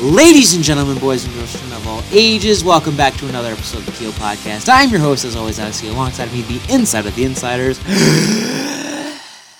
Ladies and gentlemen, boys and girls from of all ages, welcome back to another episode of the Keel Podcast. I'm your host, as always, Alex Keel. Alongside me, the inside of the insiders.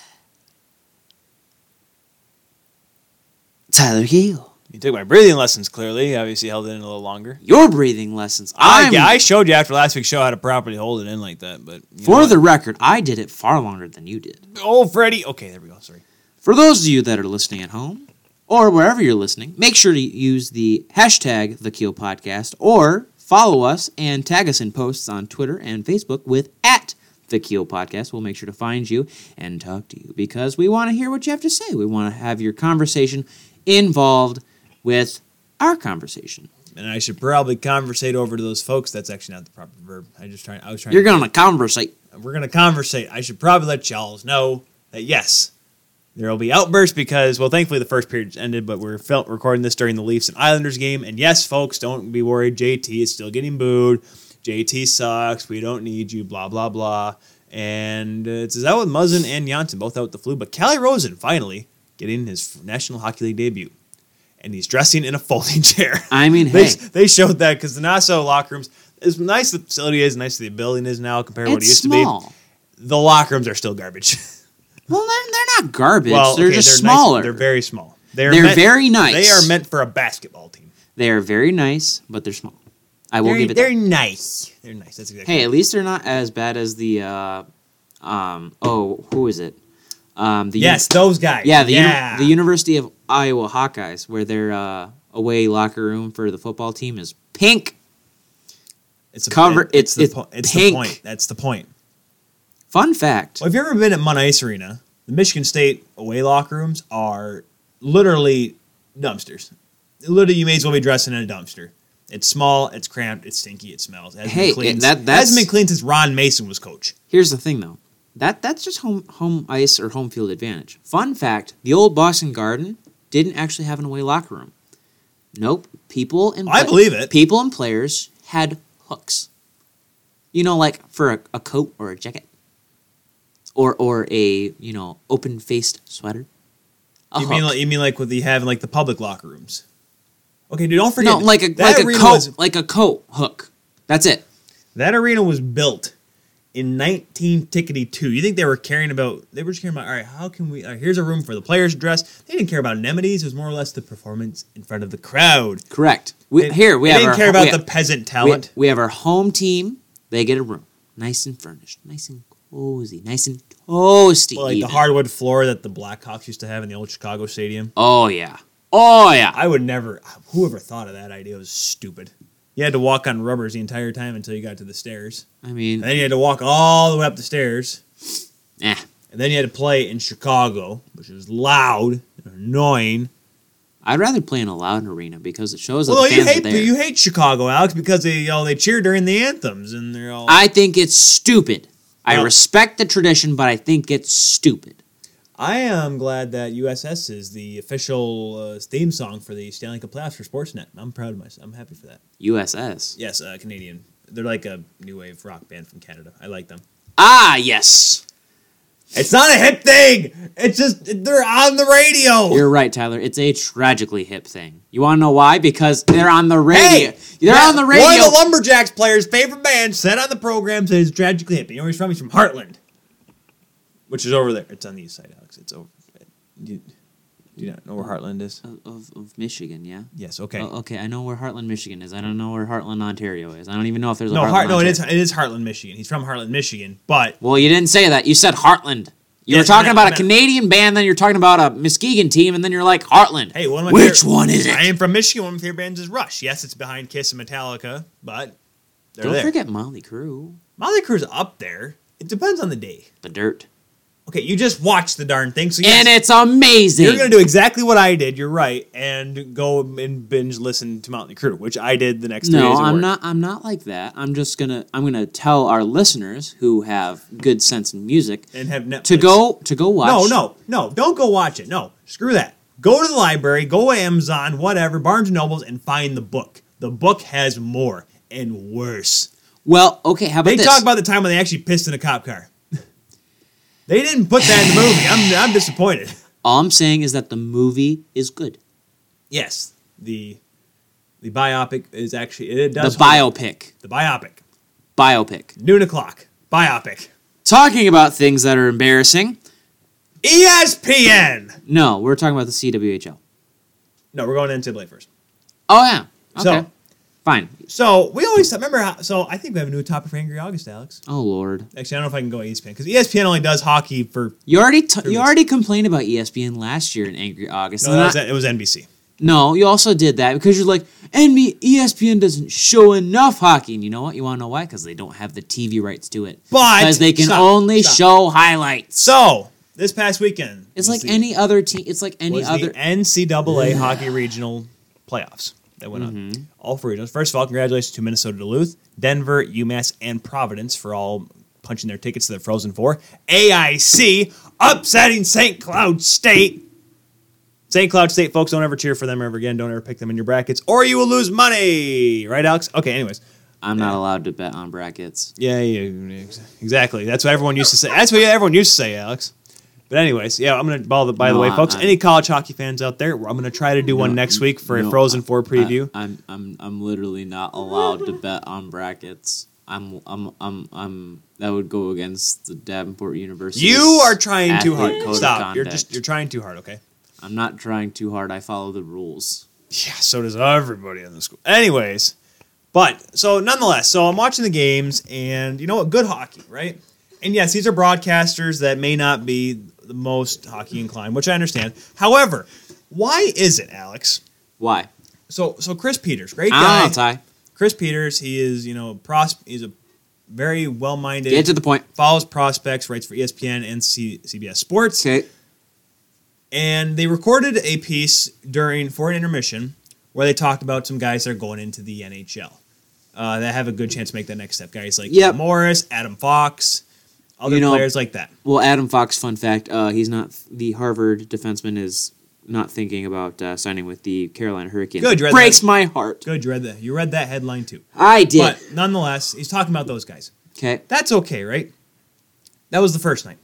Tyler Keel. You took my breathing lessons clearly. Obviously, held it in a little longer. Your breathing lessons. I, I'm, yeah, I showed you after last week's show how to properly hold it in like that. But you for know the record, I did it far longer than you did. what? oh, Freddie. Okay, there we go. Sorry. For those of you that are listening at home or wherever you're listening, make sure to use the hashtag the Keel Podcast or follow us and tag us in posts on Twitter and Facebook with at the Keel Podcast. We'll make sure to find you and talk to you because we want to hear what you have to say. We want to have your conversation involved with our conversation. And I should probably conversate over to those folks. That's actually not the proper verb. I just trying. I was trying. You're to, gonna conversate. We're gonna conversate. I should probably let y'all know that yes, there will be outbursts because well, thankfully the first period ended, but we're felt recording this during the Leafs and Islanders game. And yes, folks, don't be worried. JT is still getting booed. JT sucks. We don't need you. Blah blah blah. And uh, it's out with Muzzin and Janssen both out with the flu, but Callie Rosen finally getting his National Hockey League debut, and he's dressing in a folding chair. I mean, They, hey, they showed that because the Nassau locker rooms, as nice the facility is, nice the building is now compared to what it it's used small. to be, the locker rooms are still garbage. Well, they're, they're not garbage. well, they're okay, just nice- smaller. they're very small. They're, They're meant- very nice. They are meant for a basketball team. They are very nice, but they're small. I will They're, give it. they're nice. They're nice. That's exactly. Hey, at least they're not as bad as the uh um oh, who is it? Um the yes, those guys. yeah, the uni- yeah. the University of Iowa Hawkeyes where their uh away locker room for the football team is pink. it's the cover- point. It's, it's- the, it's po- it's pink. the point. That's the point. Fun fact. Well, if you've ever been at Mun Ice Arena, the Michigan State away locker rooms are literally dumpsters. Literally, you may as well be dressing in a dumpster. It's small, it's cramped, it's stinky, it smells. It hasn't Hey, been cleaned. it- that- it that's- hasn't been cleaned since Ron Mason was coach. Here's the thing though. That that's just home home ice or home field advantage. Fun fact, the old Boston Garden didn't actually have an away locker room. Nope. People and I pla- believe it. People and players had hooks. You know, like for a, a coat or a jacket. Or or a, you know, open faced sweater. A You mean hook. like you mean like with the having like the public locker rooms? Okay, dude, don't no, forget like a that like a arena coat was- like a coat hook. That's it. That arena was built in 1952. You think they were caring about? They were just caring about. All right, how can we? All right, here's a room for the players to dress. They didn't care about amenities. It was more or less the performance in front of the crowd. Correct. We, They- here we they have didn't our, care we about have- the peasant we, talent. we have our home team. They get a room, nice and furnished, nice and cozy, nice and toasty. Well, like even. the hardwood floor that the Blackhawks used to have in the old Chicago Stadium. oh yeah, oh yeah. I would never. Whoever thought of that idea was stupid. You had to walk on rubbers the entire time until you got to the stairs, I mean, and then you had to walk all the way up the stairs. eh. And then you had to play in Chicago, which was loud and annoying. I'd rather play in a loud arena because it shows that Well, the you fans hate are there. you hate Chicago, Alex, because they you know, they cheer during the anthems and they're all. I, I think it's stupid. I No. respect the tradition, but I think it's stupid. am glad that USS is the official uh, theme song for the Stanley Cup playoffs for Sportsnet. I'm proud of myself. I'm happy for that. USS. Yes, uh, Canadian. They're like a new wave rock band from Canada. I like them. Ah yes, It's not a hip thing. It's just they're on the radio. you're right, Tyler. It's a tragically hip thing. You want to know why? Because they're on the radio. Hey, they're yeah, on the radio. One of the Lumberjacks players' favorite band said on the program that he's tragically hip. You know where he's from? He's from Heartland, which is over there. It's on the east side, Alex. It's over. You, do you not know where Heartland is? of, of, of Michigan, yeah. Yes. Okay. Oh, okay, I know where Heartland, Michigan is. I don't know where Heartland, Ontario is. I don't even know if there's a no, Heartland. Heart, no, it Ontario. is. It is Heartland, Michigan. He's from Heartland, Michigan, but Well, you didn't say that. You said Heartland. You were Yes, talking I- about a I- Canadian band, then you're talking about a Muskegon team, and then you're like Heartland. hey, one of my Which favorite- one is it? I am from Michigan. One of my favorite bands is Rush. Yes, it's behind Kiss and Metallica, but they're don't there. forget Molly Crew, Molly Crew's up there. It depends on the day. The Dirt, Okay, you just watch the darn thing. So yes, and it's amazing. You're gonna do exactly what I did. You're right, and go and binge listen to Mountain Crew, which I did the next. three no, days at I'm work. not. I'm not like that. I'm just gonna. I'm gonna tell our listeners who have good sense in music And have Netflix. to go to go watch. No, no, no! Don't go watch it. No, screw that. Go to the library. Go to Amazon, whatever, Barnes and Nobles, and find the book. The book has more and worse. Well, okay. How about They this? talk about the time when they actually pissed in a cop car. they didn't put that in the movie. I'm, I'm disappointed. All I'm saying is that the movie is good. Yes, the The biopic is actually it The does biopic. the biopic Biopic. noon o'clock biopic Talking about things that are embarrassing. E ESPN. No, we're talking about the CWHL. No, we're going to NCAA first. Oh yeah. Okay. So- Fine. So we always remember. How, so I think we have a new topic for Angry August, Alex. Oh lord. Actually, I don't know if I can go E ESPN because ESPN only does hockey for. You already t- you weeks. already complained about E ESPN last year in Angry August. No, and that I- was, it was NBC. No, you also did that because you're like, E NB ESPN doesn't show enough hockey. And you know what? You want to know why? Because they don't have the TV rights to it. But- because they can stop, only stop. show highlights. So this past weekend, It's was like the- any other team. It's like any was other. the NCAA hockey regional playoffs that went Mm-hmm. on. All four regionals. First of all, congratulations to Minnesota Duluth, Denver, UMass, and Providence for all punching their tickets to the Frozen Four. AIC upsetting St. Cloud State. St. Cloud State folks, don't ever cheer for them ever again. Don't ever pick them in your brackets, or you will lose money. Right, Alex? Okay. Anyways, I'm not allowed to bet on brackets. yeah, yeah, ex- exactly. That's what everyone used to say. That's what everyone used to say, Alex. But anyways, yeah, I'm gonna. By the, by the No, way, I- folks, I- any college hockey fans out there, I'm gonna try to do one No, next week for no, uh, a Frozen Four preview. I, am I'm I'm literally not allowed to bet on brackets. I'm I'm I'm I'm that would go against the Davenport University. you are trying too hard. Stop. You're just you're trying too hard. Okay. I'm not trying too hard. I follow the rules. Yeah. So does everybody in the school. Anyways, but so nonetheless, so I'm watching the games, and you know what? Good hockey, right? And yes, these are broadcasters that may not be the most hockey inclined, which I understand. However, why is it, Alex? Why? So so Chris Peters, great I guy. don't know, Ty. Chris Peters, he is you know pros he's a very well minded. Get to the point. follows prospects, writes for E ESPN and C- CBS Sports, Okay. and they recorded a piece during for an intermission where they talked about some guys that are going into the NHL uh, that have a good chance to make that next step. Guys like Yep. Morris, Adam Fox, other You know- players like that. Well, Adam Fox, fun fact, uh, he's not the Harvard defenseman is not thinking about uh, signing with the Carolina Hurricanes. Good, you read breaks that. my heart. Good, you read that. You read that headline too. I did. But nonetheless, he's talking about those guys. Okay. That's okay, right? That was the first night.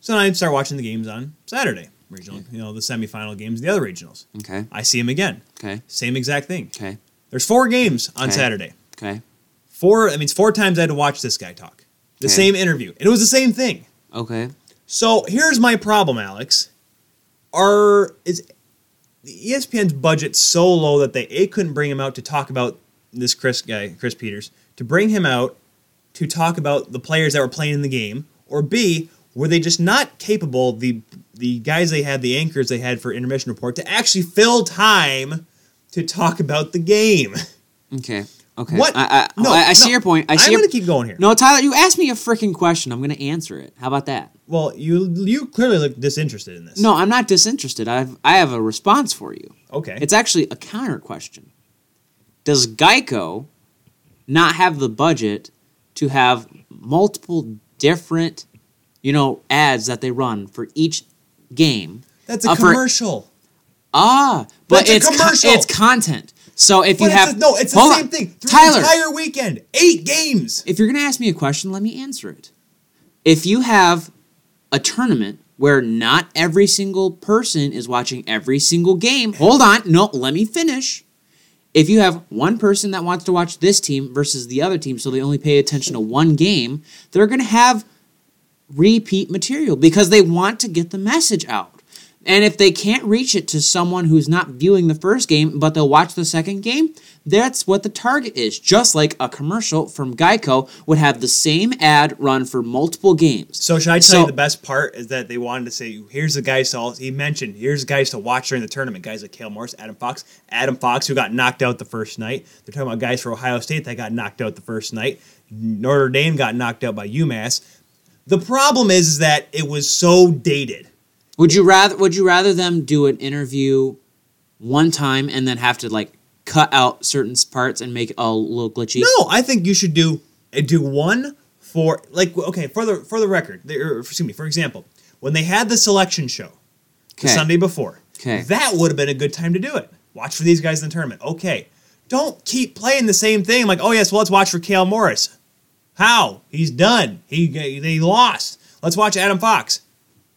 So then I start watching the games on Saturday, regional, you know, the semifinal games, the other regionals. Okay. I see him again. Okay. Same exact thing. Okay. There's four games on Okay. Saturday. Okay. Four, I mean, it's four times I had to watch this guy talk. The Okay. same interview. And it was the same thing. Okay. So here's my problem, Alex. Are is the E ESPN's budget so low that they a couldn't bring him out to talk about this Chris guy, Chris Peters, to bring him out to talk about the players that were playing in the game, or B were they just not capable the the guys they had the anchors they had for intermission report to actually fill time to talk about the game? Okay. Okay. What? I, I, No, I, I see no. your point. I see I'm your gonna keep going here. No, Tyler, you asked me a freaking question. I'm going to answer it. How about that? Well, you you clearly look disinterested in this. No, I'm not disinterested. I've I have a response for you. Okay. It's actually a counter question. Does Geico not have the budget to have multiple different, you know, ads that they run for each game? That's a uh, for- commercial. Ah, but That's a it's co- commercial. it's content. So if But you it's have the- no, it's the Hold same on. thing. Through Tyler, the entire weekend, eight games. if you're going to ask me a question, let me answer it. If you have a tournament where not every single person is watching every single game, hold on, no, let me finish. If you have one person that wants to watch this team versus the other team, so they only pay attention to one game, they're going to have repeat material because they want to get the message out. And if they can't reach it to someone who's not viewing the first game, but they'll watch the second game, that's what the target is. Just like a commercial from Geico would have the same ad run for multiple games. So should I tell So- you the best part is that they wanted to say, here's the guys to all, he mentioned, here's the guys to watch during the tournament. Guys like Kale Morris, Adam Fox, Adam Fox, who got knocked out the first night. They're talking about guys for Ohio State that got knocked out the first night. Notre Dame got knocked out by UMass. The problem is, is that it was so dated. Would you rather would you rather them do an interview one time and then have to like cut out certain parts and make it all little glitchy? No, I think you should do uh, do one for like okay for the for the record. There, excuse me. For example, when they had the selection show the Okay. Sunday before, Okay. that would have been a good time to do it. Watch for these guys in the tournament. Okay, don't keep playing the same thing. Like oh yes, well let's watch for Kale Morris. How he's done. He they lost. Let's watch Adam Fox.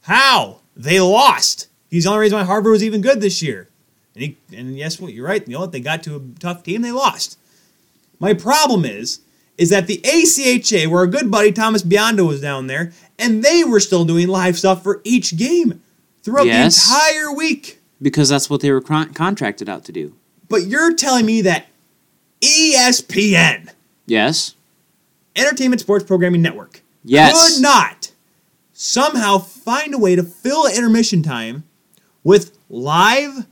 How they lost. He's the only reason why Harvard was even good this year. And he, and yes, well, you're right. You know what? They got to a tough team. They lost. My problem is, is that the ACHA, where our good buddy Thomas Biondo was down there, and they were still doing live stuff for each game throughout Yes. the entire week. because that's what they were con- contracted out to do. But you're telling me that E ESPN, Yes. Entertainment Sports Programming Network, Yes. could not somehow find a way to fill intermission time with live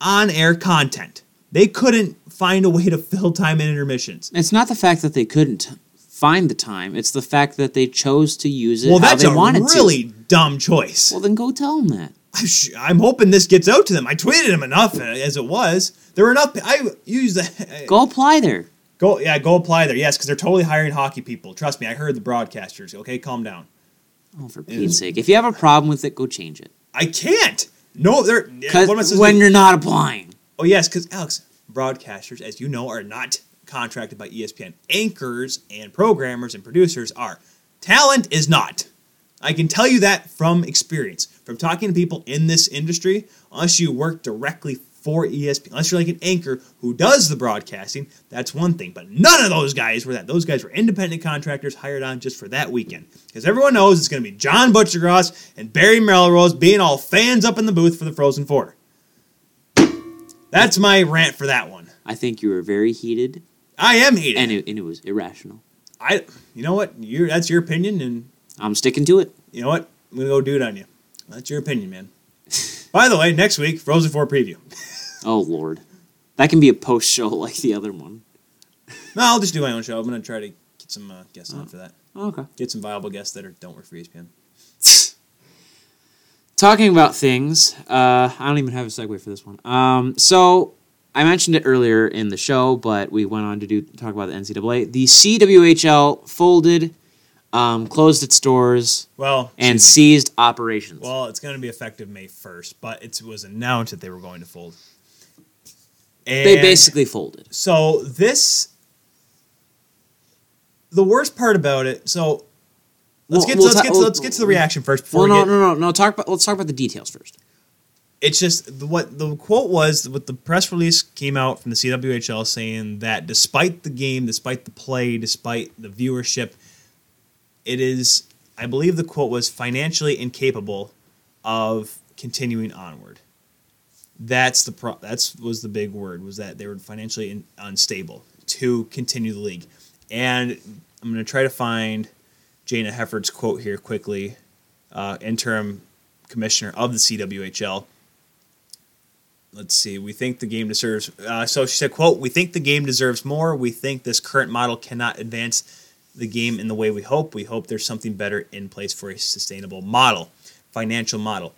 on air content. They couldn't find a way to fill time in intermissions. It's not the fact that they couldn't find the time. It's the fact that they chose to use it Well, how that's they a wanted really dumb choice. to. Well, then go tell them that. I'm sh- I'm hoping this gets out to them. I tweeted them enough uh, as it was. There were enough. I used the uh, Go apply there. go yeah go apply there. Yes, because they're totally hiring hockey people. Trust me, I heard the broadcasters. Okay, calm down. Oh, for Yeah. Pete's sake! If you have a problem with it, go change it. I can't. No, they're yeah, 'Cause what am I supposed to when do? you're not applying, Oh yes, because Alex, broadcasters, as you know, are not contracted by E ESPN. Anchors and programmers and producers are. Talent is not. I can tell you that from experience, from talking to people in this industry. Unless you work directly for E ESPN, unless you're like an anchor who does the broadcasting, that's one thing. But none of those guys were that. Those guys were independent contractors hired on just for that weekend. Because everyone knows it's going to be John Butchergross and Barry Melrose being all fans up in the booth for the Frozen Four. That's my rant for that one. I think you were very heated, I am heated. and it, and it was irrational. I, you know what? You that's your opinion, and I'm sticking to it. you know what? I'm gonna go do it on you. That's your opinion, man. By the way, next week Frozen Four preview. Oh Lord, that can be a post show like the other one. No, I'll just do my own show. I'm gonna try to get some uh, guests Oh. on for that. Okay. Get some viable guests that are don't work for E ESPN. Talking about things, uh, I don't even have a segue for this one. Um, so I mentioned it earlier in the show, but we went on to do talk about the NCAA. The CWHL folded, um, closed its doors, Well, and excuse seized operations. me. well, it's gonna be effective May first, but it was announced that they were going to fold. And they basically folded. so this. The worst part about it, so let's Well, get we'll let's ta- get to, we'll- let's get to the reaction first before Well, we no, get, no, no, no. Talk about. Let's talk about the details first. it's just the- what the quote was what the press release came out from the CWHL saying that despite the game, despite the play, despite the viewership, it is I believe the quote was financially incapable of continuing onward. That's the pro- that's was the big word was that they were financially in, unstable to continue the league. And I'm going to try to find Jana Hefford's quote here quickly, uh, interim commissioner of the CWHL let's see we think the game deserves uh, so she said quote we think the game deserves more we think this current model cannot advance the game in the way we hope we hope there's something better in place for a sustainable model financial model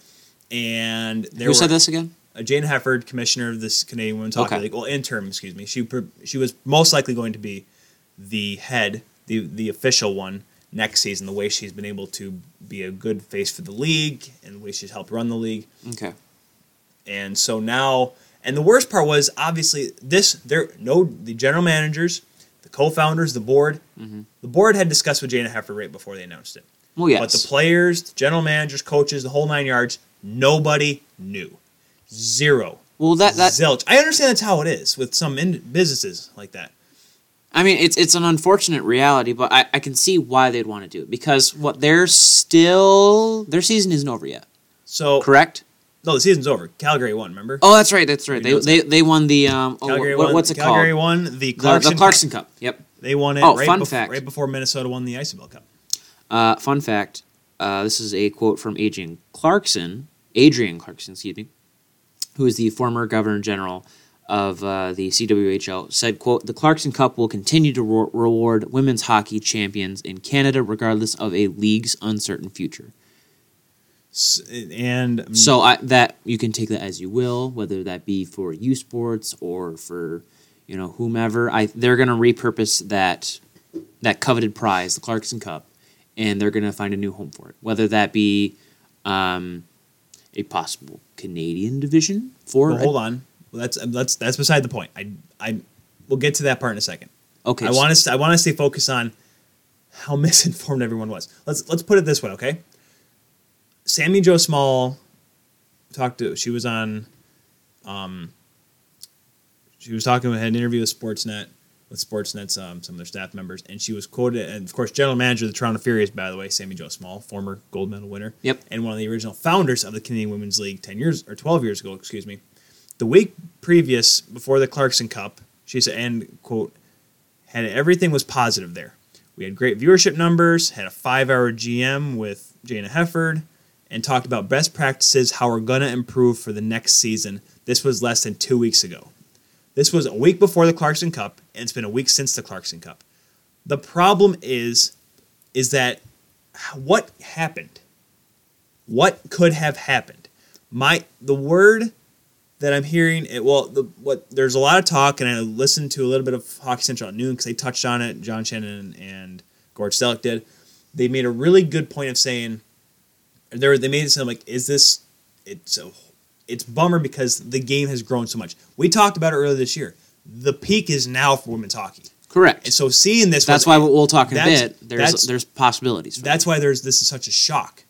and there Who were, said this again? uh, Jane Hefford, commissioner of this Canadian Women's Hockey Okay. League, well, interim, excuse me. She pr- she was most likely going to be the head, the the official one next season. The way she's been able to be a good face for the league, and the way she's helped run the league, Okay. and so now, and the worst part was obviously this. There, no, the general managers, the co-founders, the board, Mm-hmm. the board had discussed with Jana Hefford right before they announced it. Well, yes. But the players, the general managers, coaches, the whole nine yards, nobody knew. Zero. well, that that Zilch. I understand that's how it is with some in- businesses like that. I mean, it's it's an unfortunate reality, but I, I can see why they'd want to do it because what they're still their season isn't over yet, So correct? no, the season's over. Calgary won. Remember? Oh, that's right, that's right. know They it's they, they won the um oh, Calgary what, won. what's it Calgary called? won the The- Clarkson. the Clarkson Cup. Yep. They won it. Oh, right fun before, fact. Right before Minnesota won the Icebell Cup. Uh, fun fact. Uh, this is a quote from Adrian Clarkson, Adrian Clarkson, excuse me, who is the former Governor General of uh, the CWHL. Said, "quote The Clarkson Cup will continue to ro- reward women's hockey champions in Canada, regardless of a league's uncertain future." S- and um, So I, that you can take that as you will, whether that be for U Sports or for you know whomever. I they're gonna repurpose that that coveted prize, the Clarkson Cup, and they're gonna find a new home for it. Whether that be um, a possible Canadian division for well, hold on. Well, that's that's that's beside the point. I I we'll get to that part in a second. okay, I so- want to I want to stay focused on how misinformed everyone was. Let's let's put it this way, okay? Sammy Joe Small talked to she was on Um, she was talking had an interview with Sportsnet with Sportsnet's um, some of their staff members, and she was quoted, and of course, general manager of the Toronto Furies, by the way, Sammy Joe Small, former gold medal winner, Yep. and one of the original founders of the Canadian Women's League ten years or twelve years ago, excuse me. The week previous, before the Clarkson Cup, she said, and quote, had everything was positive there. We had great viewership numbers, had a five-hour GM with Jana Hefford, and talked about best practices, how we're gonna improve for the next season. This was less than two weeks ago. This was a week before the Clarkson Cup, and it's been a week since the Clarkson Cup. The problem is, is that what happened? What could have happened? My the word that I'm hearing it well. The, what there's a lot of talk, and I listened to a little bit of Hockey Central at noon because they touched on it. John Shannon and Gord Selleck did. They made a really good point of saying they were- they made it sound like is this it's a it's bummer because the game has grown so much. We talked about it earlier this year. The peak is now for women's hockey, Correct. and so seeing this that's why was we'll talk in a that's- bit. There's that's- there's possibilities. For that's why there's this is such a shock.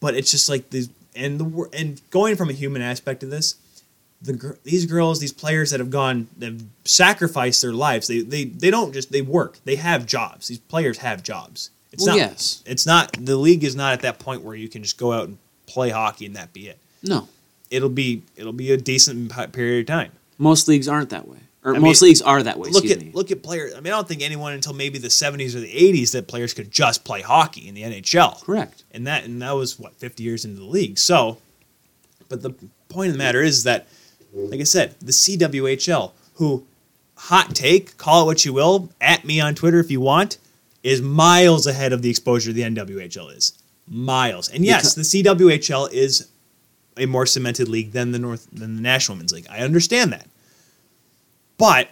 But it's just like these and the wor- and going from a human aspect of this, the gir- these girls, these players that have gone, that have sacrificed their lives. They they they don't just they work. They have jobs. These players have jobs. It's Well, not. yes. It's not the league is not at that point where you can just go out and play hockey and that be it. that. No, It'll be it'll be a decent p- period of time. most leagues aren't that way, or I most mean, leagues are that way. look excuse at me. look at players. I mean, I don't think anyone until maybe the '70s or the '80s that players could just play hockey in the NHL. Correct. and that and that was what 50 years into the league so but the point of the matter is that like i said the cwhl who hot take call it what you will at me on twitter if you want is miles ahead of the exposure the nwhl is miles and yes the cwhl is a more cemented league than the north than the national women's league i understand that but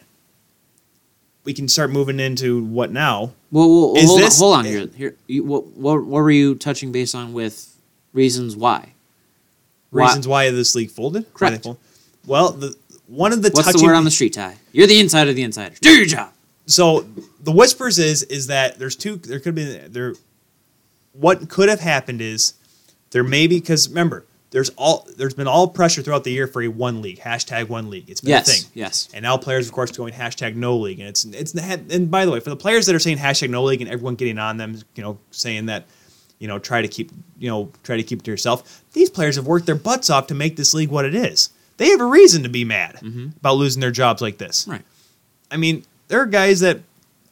we can start moving into what now Well, well, well, Is hold, this- on, hold on eh. here. Here, you, what, what, what were you touching base on with reasons why? Why- reasons why this league folded. Why they Correct. folded. Well, the one of the What's touching the word on the street, Ty? You're the inside of the insiders. Do your job. so the whispers is is that there's two there could be there what could have happened is there may be because remember there's all there's been all pressure throughout the year for a one league hashtag one league it's been a Yes, thing yes. and now players of course going hashtag no league and it's it's and by the way for the players that are saying hashtag no league and everyone getting on them you know saying that you know try to keep you know try to keep it to yourself these players have worked their butts off to make this league what it is they have a reason to be mad about losing their jobs like this Mm-hmm. Right. I mean, there are guys that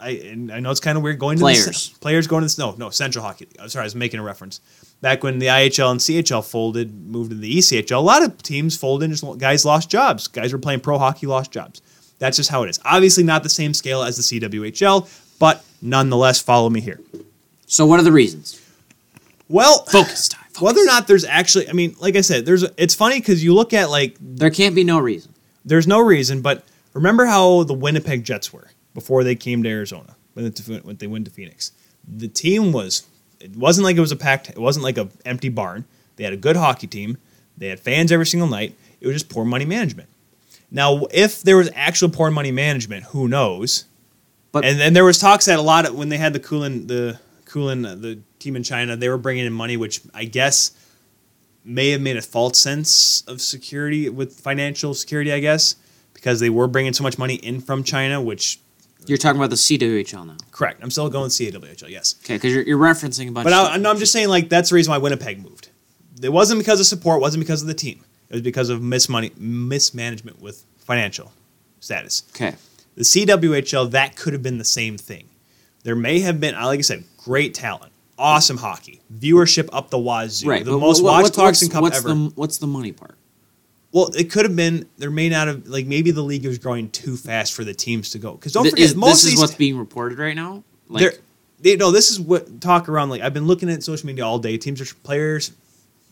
I and I know it's kind of weird going to The, Players. cen- players going to the no no Central Hockey. League. I'm sorry, I was making a reference. Back when the IHL and CHL folded, moved to the E ECHL, a lot of teams folded. Just lo- guys lost jobs. Guys were playing pro hockey, lost jobs. That's just how it is. Obviously, not the same scale as the CWHL, but nonetheless, follow me here. So what are the reasons? Well, Focus, Ty. Focus. whether or not there's actually, I mean, like I said, there's. It's funny because you look at like there can't be no reason. there's no reason, but remember how the Winnipeg Jets were before they came to Arizona when they, when they went to Phoenix. The team was it wasn't like it was a packed it wasn't like a empty barn. They had a good hockey team. They had fans every single night. It was just poor money management. Now, if there was actual poor money management, who knows? But- and then there was talks that a lot of when they had the Kulin the Kulin uh, the team in China, they were bringing in money, which I guess may have made a false sense of security with financial security, I guess, because they were bringing so much money in from China, which You're talking about the CWHL now, correct. I'm still going with CAWHL, yes. okay? Because you're, you're referencing a bunch. But of I, no, I'm just saying like that's the reason why Winnipeg moved. It wasn't because of support, it wasn't because of the team. It was because of mis- money, mismanagement with financial status. okay. The CWHL, that could have been the same thing. There may have been, like I said, great talent, awesome hockey, viewership up the wazoo, Right. the but most what- what- watched what's- Clarkson Cup what's ever. The, what's the money part? Well, it could have been there may not have like maybe the league was growing too fast for the teams to go because don't Th- forget is- most this of is these what's being reported right now. they're- Like, they no this is what talk around like I've been looking at social media all day teams are players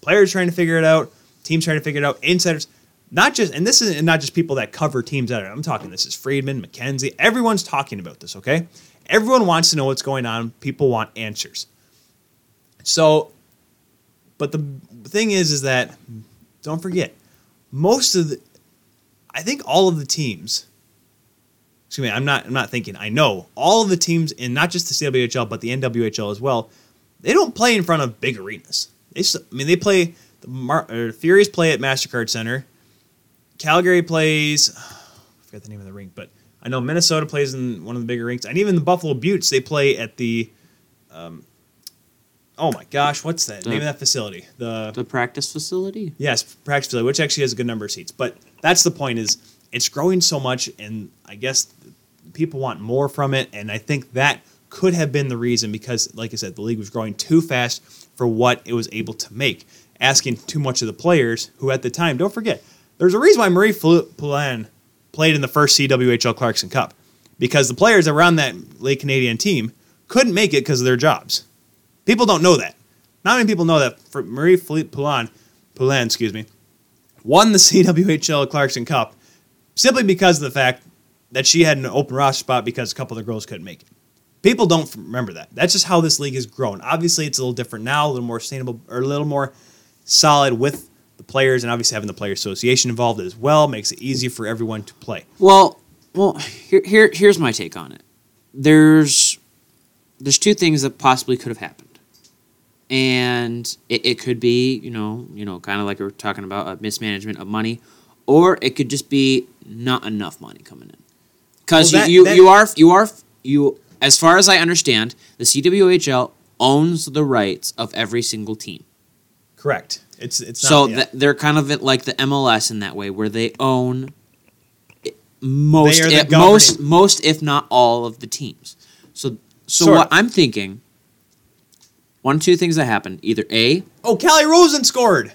players trying to figure it out teams trying to figure it out insiders not just and this is and not just people that cover teams that are I'm talking this is Friedman McKenzie everyone's talking about this okay everyone wants to know what's going on people want answers so but the thing is is that don't forget most of the I think all of the teams excuse me, I'm not I'm not thinking. I know all of the teams in not just the CWHL but the NWHL as well. They don't play in front of big arenas. They s- I mean they play the Mar- or Furies play at Mastercard Center. Calgary plays. I forgot the name of the rink, but I know Minnesota plays in one of the bigger rinks, and even the Buffalo Buttes they play at the. Um, oh my gosh, what's that The- name of that facility? The The practice facility. yes, practice facility, which actually has a good number of seats. But that's the point: is it's growing so much, and I guess people want more from it. And I think that could have been the reason because, like I said, the league was growing too fast for what it was able to make, asking too much of the players who, at the time, don't forget, there's a reason why Marie Fle- Poulin played in the first CWHL Clarkson Cup because the players that were on that late Canadian team couldn't make it because of their jobs. People don't know that. Not many people know that for Marie Philippe Poulin, Poulin, excuse me, won the CWHL Clarkson Cup simply because of the fact that she had an open roster spot because a couple of the girls couldn't make it. People don't f- remember that. That's just how this league has grown. Obviously, it's a little different now, a little more sustainable, or a little more solid with the players, and obviously having the player association involved as well makes it easier for everyone to play. Well, well, here, here here's my take on it. There's there's two things that possibly could have happened, and it, it could be you know you know kind of like we are talking about a mismanagement of money, or it could just be not enough money coming in. Because Well, that- you, you, that- you are you are you as far as I understand, the CWHL owns the rights of every single team. Correct. It's it's So not, yeah. th- they're kind of like the MLS in that way, where they own i- most, They are the if, most, governing- most, if not all of the teams. So, so Sort what of. I'm thinking, one, of two things that happened: either A, oh, Callie Rosen scored.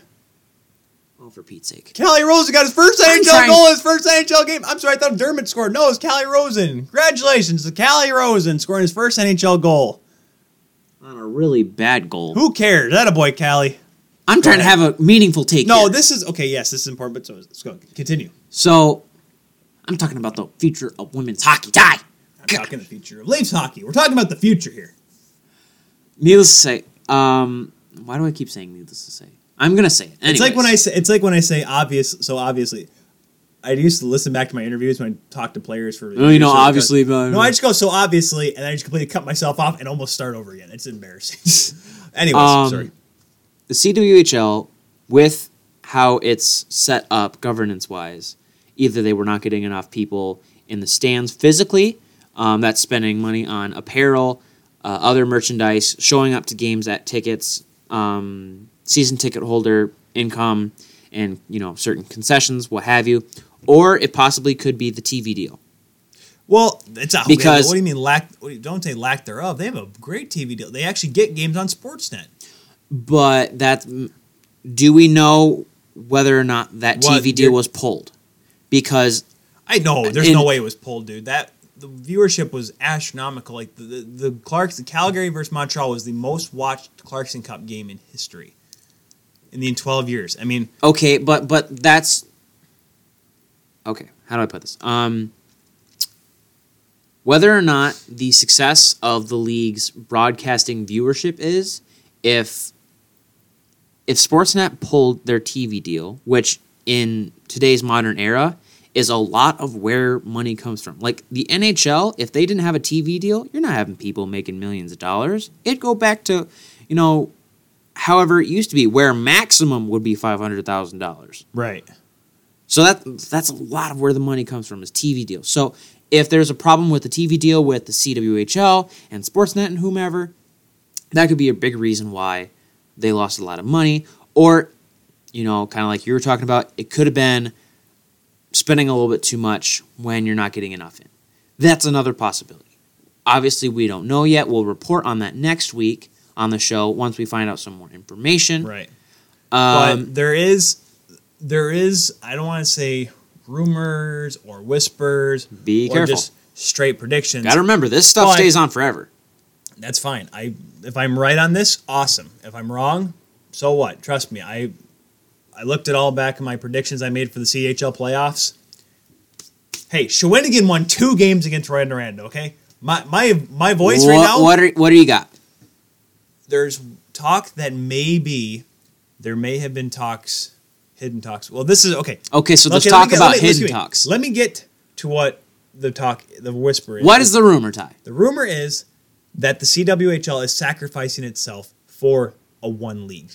oh, for Pete's sake, Callie Rosen got his first I'm NHL trying- goal, in his first NHL game. I'm sorry, I thought Dermot scored. No, it's Callie Rosen. Congratulations to Callie Rosen scoring his first NHL goal. on a really bad goal. Who cares? That a boy, Callie. I'm trying to ahead. have a meaningful take. No, here. this is okay. Yes, this is important, but so is, let's go continue. so I'm talking about the future of women's hockey. Tie. I'm talking the future of Leafs hockey. We're talking about the future here. Needless to say, um, why do I keep saying needless to say? I'm gonna say it. It's like when anyways. I say it's like when I say obvious. So obviously, I used to listen back to my interviews when I talked to players for. Oh, you know, so- obviously, but- No, I just go so obviously, and I just completely cut myself off and almost start over again. It's embarrassing. Anyways, Um, sorry. the CWHL with how it's set up governance wise, either they were not getting enough people in the stands physically, um, that's spending money on apparel, uh, other merchandise, showing up to games at tickets, um, season ticket holder income, and you know certain concessions, what have you, or it possibly could be the TV deal. Well, it's a, Because- what do you mean lack? What do you, don't say lack thereof. They have a great TV deal. They actually get games on Sportsnet. But that, do we know whether or not that What TV you're- deal was pulled? Because I know there's And- no way it was pulled, dude. That the viewership was astronomical. Like the the, the Clarks, the Calgary versus Montreal was the most watched Clarkson Cup game in history. In the in twelve years, I mean, Okay, but but that's okay. How do I put this? Um, whether or not the success of the league's broadcasting viewership is, if if Sportsnet pulled their TV deal, which in today's modern era is a lot of where money comes from. Like the NHL, if they didn't have a TV deal, you're not having people making millions of dollars. It'd go back to, you know, however it used to be, where maximum would be five hundred thousand dollars. right? So that that's a lot of where the money comes from is TV deals. So if there's a problem with the TV deal with the CWHL and Sportsnet and whomever, that could be a big reason why they lost a lot of money. Or, you know, kind of like you were talking about, it could have been spending a little bit too much when you're not getting enough in. That's another possibility. Obviously, we don't know yet. We'll report on that next week on the show once we find out some more information. Right. Mm-hmm. Um, but there is, there is. I don't want to say rumors or whispers. Be or careful. Just straight predictions. Got to remember, this stuff Well, I- stays on forever. That's fine. I if I'm right on this, awesome. If I'm wrong, so what? Trust me. I I looked at all back in my predictions I made for the CHL playoffs. Hey, Shawinigan won two games against Roy Durand, okay? My my my voice what, right now What are, what do you got? there's talk that maybe there may have been talks hidden talks. Well, this is okay. Okay, so let's Okay, let me talk get- let about me- excuse hidden me. talks. Let me get to what the talk the whisper is. what is the rumor tie? The rumor is that the CWHL is sacrificing itself for a one league.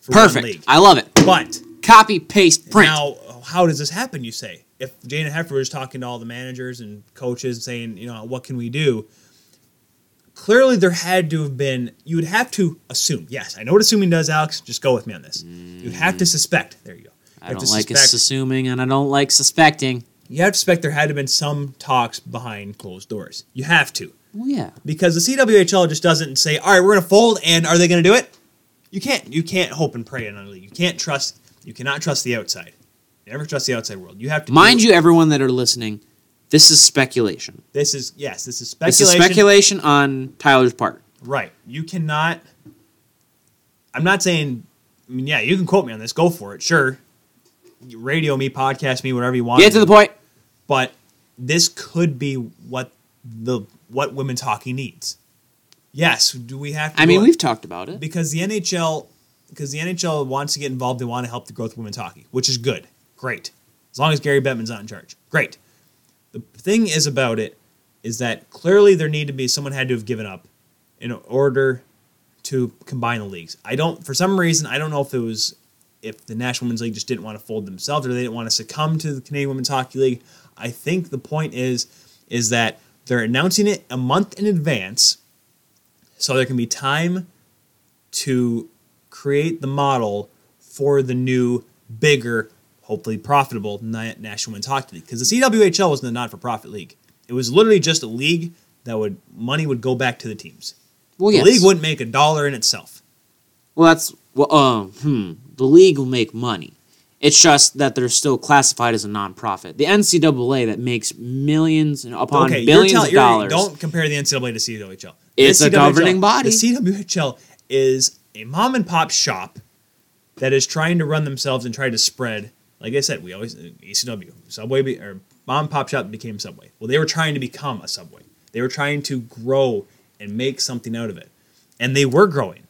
For one Perfect. I love it. But Copy, paste, print. now, how does this happen? You say if Jane Heifer was talking to all the managers and coaches, saying, you know, what can we do? Clearly, there had to have been. You would have to assume. Yes, I know what assuming does, Alex. Just go with me on this. You'd have to suspect. There you go. I You have don't to like suspect- assuming, and I don't like suspecting. You have to suspect there had to have been some talks behind closed doors. You have to Well, yeah, because the CWHL just doesn't say, "All right, we're going to fold," and are they going to do it? You can't. You can't hope and pray in a league. You can't trust. You cannot trust the outside. Never trust the outside world. You have to mind you, everyone that are listening, this is speculation. This is yes. This is This speculation. is speculation on Tyler's part. Right. You cannot. I'm not saying. I mean, yeah, you can quote me on this. Go for it. Sure. You radio me, podcast me, whatever you want. Get to the point. but this could be what the what women's hockey needs. Yes. Do we have? To I do mean, it? we've talked about it. because the NHL because the NHL wants to get involved. They want to help the growth of women's hockey, which is good, great. As long as Gary Bettman's not in charge, great. The thing is about it is that clearly there need to be someone had to have given up in order to combine the leagues. I don't for some reason I don't know if it was if the National Women's League just didn't want to fold themselves or they didn't want to succumb to the Canadian Women's Hockey League. I think the point is is that they're announcing it a month in advance so there can be time to create the model for the new, bigger, hopefully profitable Na- National Women's Hockey League. Because the CWHL wasn't a non-for-profit league; it was literally just a league that would money would go back to the teams. Well, The league Oh, yes. wouldn't make a dollar in itself. Well, that's well. Um, hmm. The league will make money. It's just that they're still classified as a nonprofit. The NCAA that makes millions and upon okay, billions you're of telling dollars. don't compare the NCAA to CWHL. It's The a governing body. The CWHL is a mom and pop shop that is trying to run themselves and try to spread. Like I said, we always ECW Subway be, or mom and pop shop became Subway. Well, they were trying to become a Subway. They were trying to grow and make something out of it, and they were growing.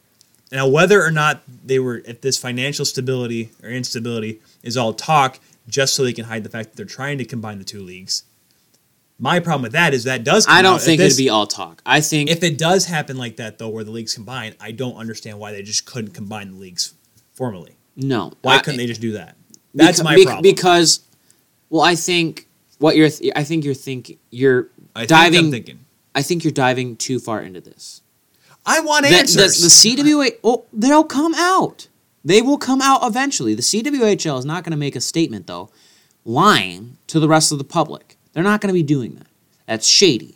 Now, whether or not they were, if this financial stability or instability is all talk, just so they can hide the fact that they're trying to combine the two leagues. My problem with that is that does. Come I don't out- if think this- it'd be all talk. I think if it does happen like that though, where the leagues combine, I don't understand why they just couldn't combine the leagues formally. no. Why I- couldn't they just do that? That's Beca- my bec- problem. Because, well, I think what you're, th- I think you're thinking, you're I think diving. I'm thinking. I think you're diving too far into this. I want The, the, answers. the CWA, oh, they'll come out. They will come out eventually. The CWHL is not going to make a statement though, lying to the rest of the public. They're not going to be doing that. That's shady.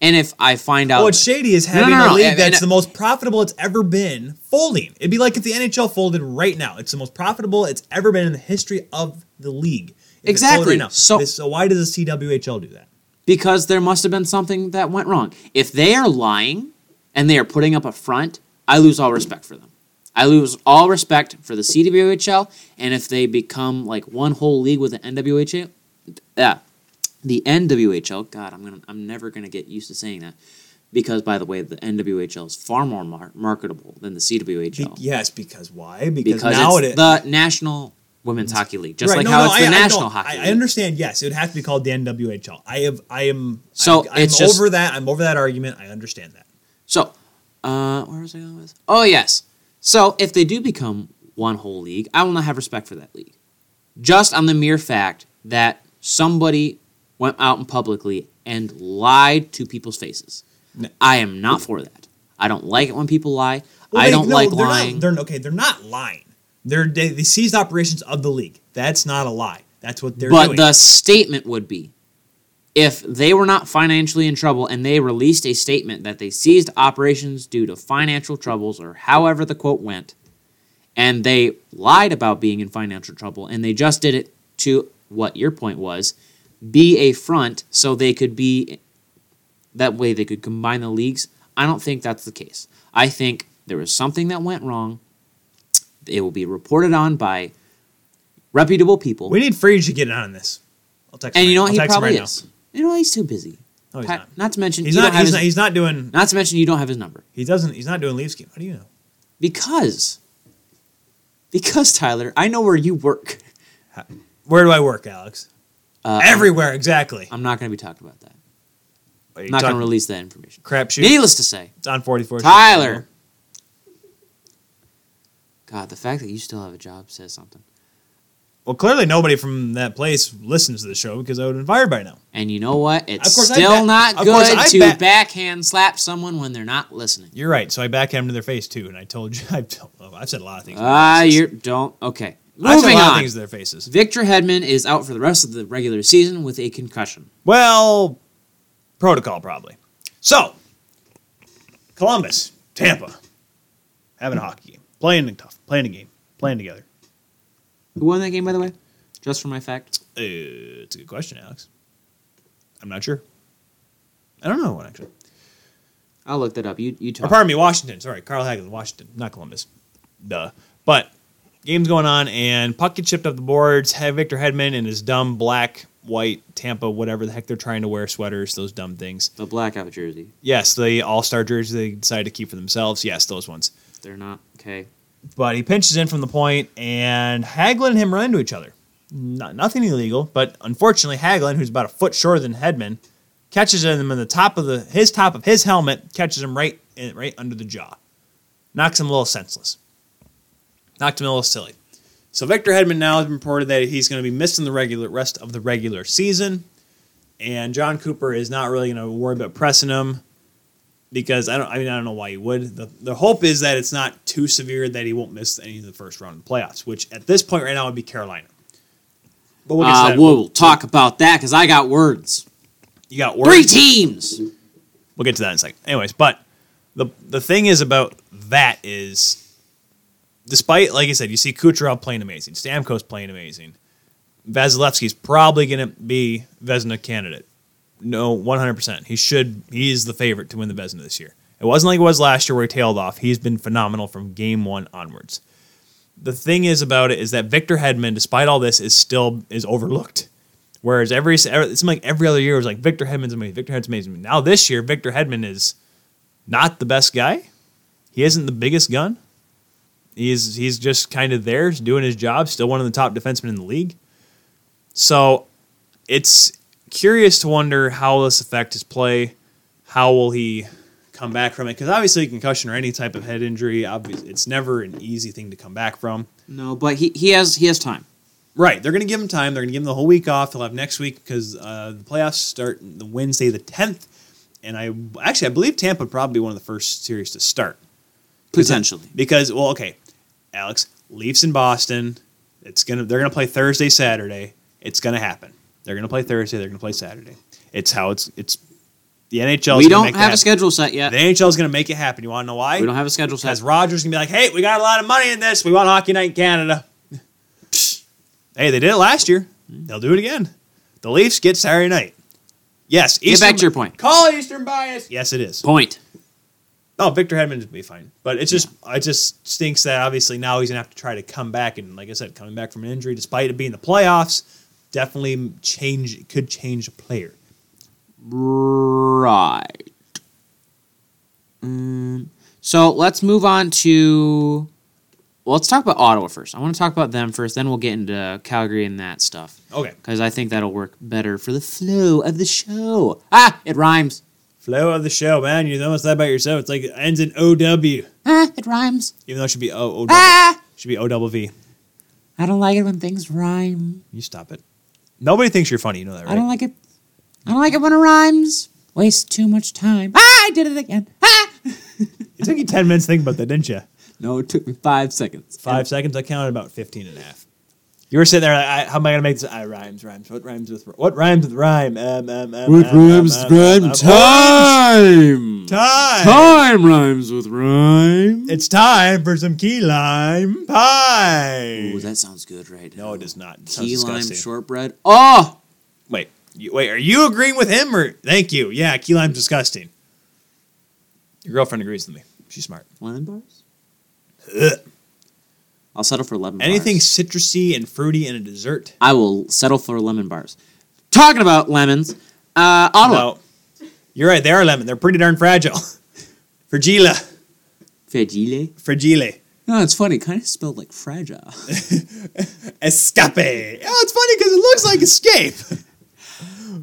And if I find out, Oh, it's shady is having no, no, a league and- that's and- the most profitable it's ever been folding. It'd be like if the NHL folded right now. It's the most profitable it's ever been in the history of the league. If it folded Exactly. Right now. So- So, so why does the CWHL do that? because there must have been something that went wrong. If they are lying and they are putting up a front, I lose all respect for them. I lose all respect for the CWHL, and if they become like one whole league with the NWHL, yeah, the NWHL. God, I'm gonna, I'm never gonna get used to saying that because, by the way, the NWHL is far more mar- marketable than the Be- CWHL yes, because why? Because, because now it it's is. the National Women's Hockey League, just Right, like no, how no, it's I- the I National don't- Hockey I, I League. understand. Yes, it would have to be called the NWHL. I have. I am. So, I'm, I'm it's just- over that. I'm over that argument. I understand that. So, uh, where was I going with? Oh yes. So if they do become one whole league, I will not have respect for that league, just on the mere fact that somebody went out and publicly and lied to people's faces. No. I am not for that. I don't like it when people lie. Well, I they- don't no, like they're not- lying. they're okay. They're not lying. They're they, they seized operations of the league. That's not a lie. That's what they're but doing. the statement would be if they were not financially in trouble and they released a statement that they seized operations due to financial troubles or however the quote went and they lied about being in financial trouble and they just did it to what your point was be a front so they could be that way they could combine the leagues i don't think that's the case i think there was something that went wrong it will be reported on by reputable people we need Frege to get in on this. I'll text. and him you know what? right- I'll He text him probably right is. You know what? He's too busy. No, he's Pa- not. to mention He's you not. don't have He's his, not. He's not doing. not to mention you don't have his number He doesn't. He's not doing leaf scheme. How do you know? because because Tyler, I know where you work. Where do I work, Alex? Uh, Everywhere, exactly. I'm not going to be talking about that. Are you I'm not going to talking release that information. crap shoot. Needless to say, It's on 44. Tyler. God, the fact that you still have a job says something. Well, clearly nobody from that place listens to the show because I would have been fired by now. And you know what? It's Of course I still bet- not of course good I to bet- backhand slap someone when they're not listening. You're right. So I backhanded to their face too, and I told you I've, told, I've said a lot of things. Ah, you don't. Okay. I've said a Moving lot of on. things to their faces. Victor Hedman is out for the rest of the regular season with a concussion. Well, protocol probably. So, Columbus, Tampa, having a hockey game, playing it tough, playing a game, playing together. Who won that game, by the way? Just for my fact. Uh, it's a good question, Alex. I'm not sure. I don't know one actually. I'll look that up. You you Or talk. Uh, pardon me, Washington. Sorry, Carl Hagelin, Washington, not Columbus. Duh. But game's going on, and puck gets chipped up the boards. Had Victor Hedman in his dumb black, white Tampa, whatever the heck they're trying to wear sweaters, those dumb things. The blackout jersey. Yes, the All Star jerseys they decided to keep for themselves. Yes, those ones. They're not okay. But he pinches in from the point, and Haglin and him run into each other. Not, nothing illegal, but unfortunately, Haglin, who's about a foot shorter than Hedman, catches him in the top of the his top of his helmet, catches him right in, right under the jaw, knocks him a little senseless, knocked him a little silly. So Victor Hedman now has reported that he's going to be missing the regular rest of the regular season, and John Cooper is not really going to worry about pressing him because I don't. I mean, I don't know why he would. The, the hope is that it's not too severe that he won't miss any of the first round of the playoffs, which at this point right now would be Carolina. But we'll get to Uh, that. we'll talk about that because I got words. you got Three words. teams. We'll get to that in a second. Anyways, but the the thing is about that is, despite like I said, you see Kucherov playing amazing, Stamkos playing amazing, Vasilevsky's probably going to be Vesna candidate. No, one hundred percent. He should. He is the favorite to win the Vesna this year. It wasn't like it was last year where he tailed off. He's been phenomenal from game one onwards. The thing is about it is that Victor Hedman, despite all this, is still is overlooked. Whereas every er, it's like every other year it was like Victor Hedman's amazing, Victor Hedman's amazing. Now this year, Victor Hedman is not the best guy. He isn't the biggest gun. He's he's just kind of there, doing his job. Still one of the top defensemen in the league. So it's curious to wonder how will this affect his play. How will he come back from it? Because obviously, concussion or any type of head injury, obvious, it's never an easy thing to come back from. No, but he, he has he has time. Right. They're going to give him time. They're going to give him the whole week off. He'll have next week because uh, the playoffs start the Wednesday the tenth. And I actually I believe Tampa would probably be one of the first series to start Potentially. because well okay, Alex Leafs in Boston. It's gonna they're gonna play Thursday Saturday. It's gonna happen. They're gonna play Thursday. They're gonna play Saturday. It's how it's it's the NHL. We don't have a schedule set yet. The NHL is gonna make it happen. You want to know why? We don't have a schedule set. Because Rogers gonna be like, hey, we got a lot of money in this. We want hockey night in Canada. Psh. hey, they did it last year. They'll do it again. The Leafs get Saturday night. Yes, Get back to your point. Call it Eastern bias. Yes, it is. Point. Oh, Victor Hedman will be fine, but it just it just stinks that obviously now he's gonna have to try to come back and like I said, coming back from an injury, despite it being the playoffs, definitely change could change a player. Right. Um, so let's move on to. Well, let's talk about Ottawa first. I want to talk about them first, then we'll get into Calgary and that stuff Okay, because I think that'll work better for the flow of the show. Ah, it rhymes. flow of the show, man. You almost that by yourself. It's like it ends in O W, Ah, it rhymes. even though it should be O O W. Ah, Should be O double V. I don't like it when things rhyme. You stop it. Nobody thinks you're funny. You know that, right? I don't like it. I don't like it when it rhymes. Waste too much time. Ah, I did it again. Ah. it took you 10 minutes to think about that, didn't you? No, it took me five seconds. Five seconds. I counted about 15 and a half. You were sitting there like, I, how am I going to make this? I rhymes, rhymes. What rhymes with what rhymes with rhyme? Um, um, um, What um, rhymes um, with rhyme? um, time. um, Time. Time rhymes with rhyme. It's time for some key lime pie. Ooh, that sounds good, right? no, it does not. It sounds Key lime disgusting. shortbread. Oh, Wait, you, wait. Are you agreeing with him or? Thank you. Yeah, key lime's disgusting. Your girlfriend agrees with me. She's smart. lemon bars. Ugh. I'll settle for lemon. Anything Bars. citrusy and fruity in a dessert. I will settle for lemon bars. Talking about lemons, uh, Ottawa No. You're right. They are lemon. They're pretty darn fragile. Fragile. fragile. Fragile. No, it's funny. Kind of spelled like fragile. Escape. Oh, it's funny because it looks like escape.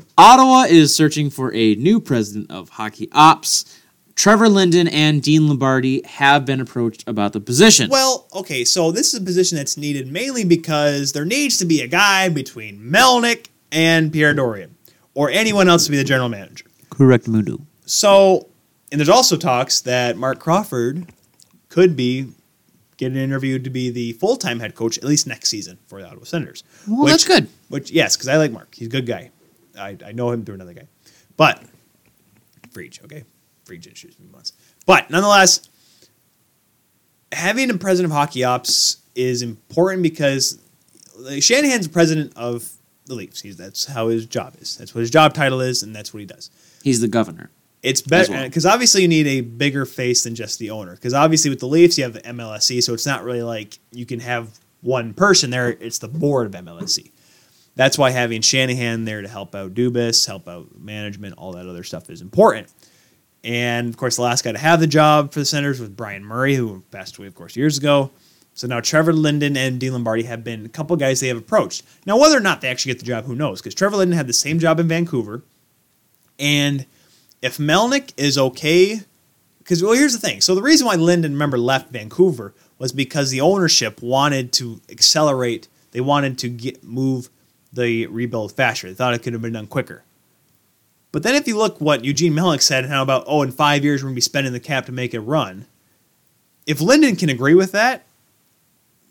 Ottawa is searching for a new president of hockey ops. Trevor Linden and Dean Lombardi have been approached about the position. Well, okay, so this is a position that's needed mainly because there needs to be a guy between Melnick and Pierre Dorian, or anyone else to be the general manager. correct, Mundo. So, and there's also talks that Mark Crawford could be getting interviewed to be the full time head coach at least next season for the Ottawa Senators. Well, that's good. Which yes, because I like Mark. He's a good guy. I, I know him through another guy, but Breach, okay, Breach introduced me once. But nonetheless, having a president of hockey ops is important because like, Shanahan's president of the Leafs. He's that's how his job is. That's what his job title is, and that's what he does. He's the governor. It's well. better because obviously you need a bigger face than just the owner. Because obviously with the Leafs you have the MLSC, so it's not really like you can have one person there. It's the board of MLSC. That's why having Shanahan there to help out Dubas, help out management, all that other stuff is important. And of course, the last guy to have the job for the Senators was Brian Murray, who passed away, of course, years ago. So now Trevor Linden and Dean Lombardi have been a couple guys they have approached. Now, whether or not they actually get the job, who knows? Because Trevor Linden had the same job in Vancouver. And if Melnick is okay, because well, here's the thing. So the reason why Linden remember left Vancouver was because the ownership wanted to accelerate. They wanted to get move the rebuild faster. They thought it could have been done quicker. But then if you look what Eugene Melnick said, and how about oh, in five years we're gonna be spending the cap to make it run. If Linden can agree with that,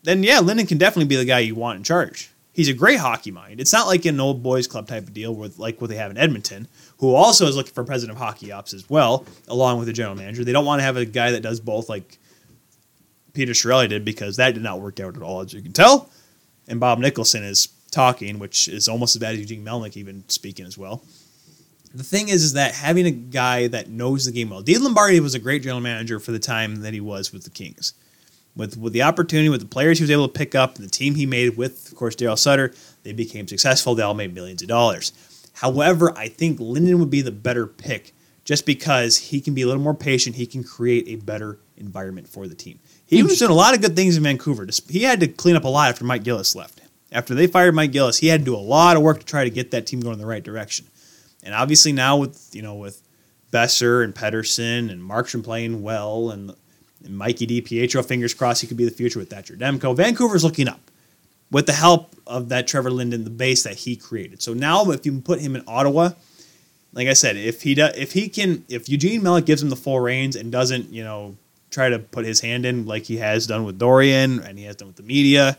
then yeah, Linden can definitely be the guy you want in charge. He's a great hockey mind. It's not like an old boys club type of deal with like what they have in Edmonton, who also is looking for president of hockey ops as well, along with the general manager. They don't want to have a guy that does both like Peter Shirelli did because that did not work out at all, as you can tell. And Bob Nicholson is talking, which is almost as bad as Eugene Melnick even speaking as well. The thing is, is that having a guy that knows the game well, Dean Lombardi was a great general manager for the time that he was with the Kings with with the opportunity, with the players he was able to pick up, and the team he made with, of course, Daryl Sutter, they became successful. They all made millions of dollars. However, I think Linden would be the better pick just because he can be a little more patient. He can create a better environment for the team. He was doing a lot of good things in Vancouver. Just- He had to clean up a lot after Mike Gillis left. After they fired Mike Gillis, he had to do a lot of work to try to get that team going in the right direction. And obviously now with you know with Besser and Pedersen and Markstrom playing well and, and Mikey D Pietro, fingers crossed he could be the future with Thatcher Demko. Vancouver's looking up with the help of that Trevor Linden, the base that he created. So now if you put him in Ottawa, like I said, if he does, if he can, if Eugene Mellick gives him the full reins and doesn't, you know, try to put his hand in like he has done with Dorian and he has done with the media,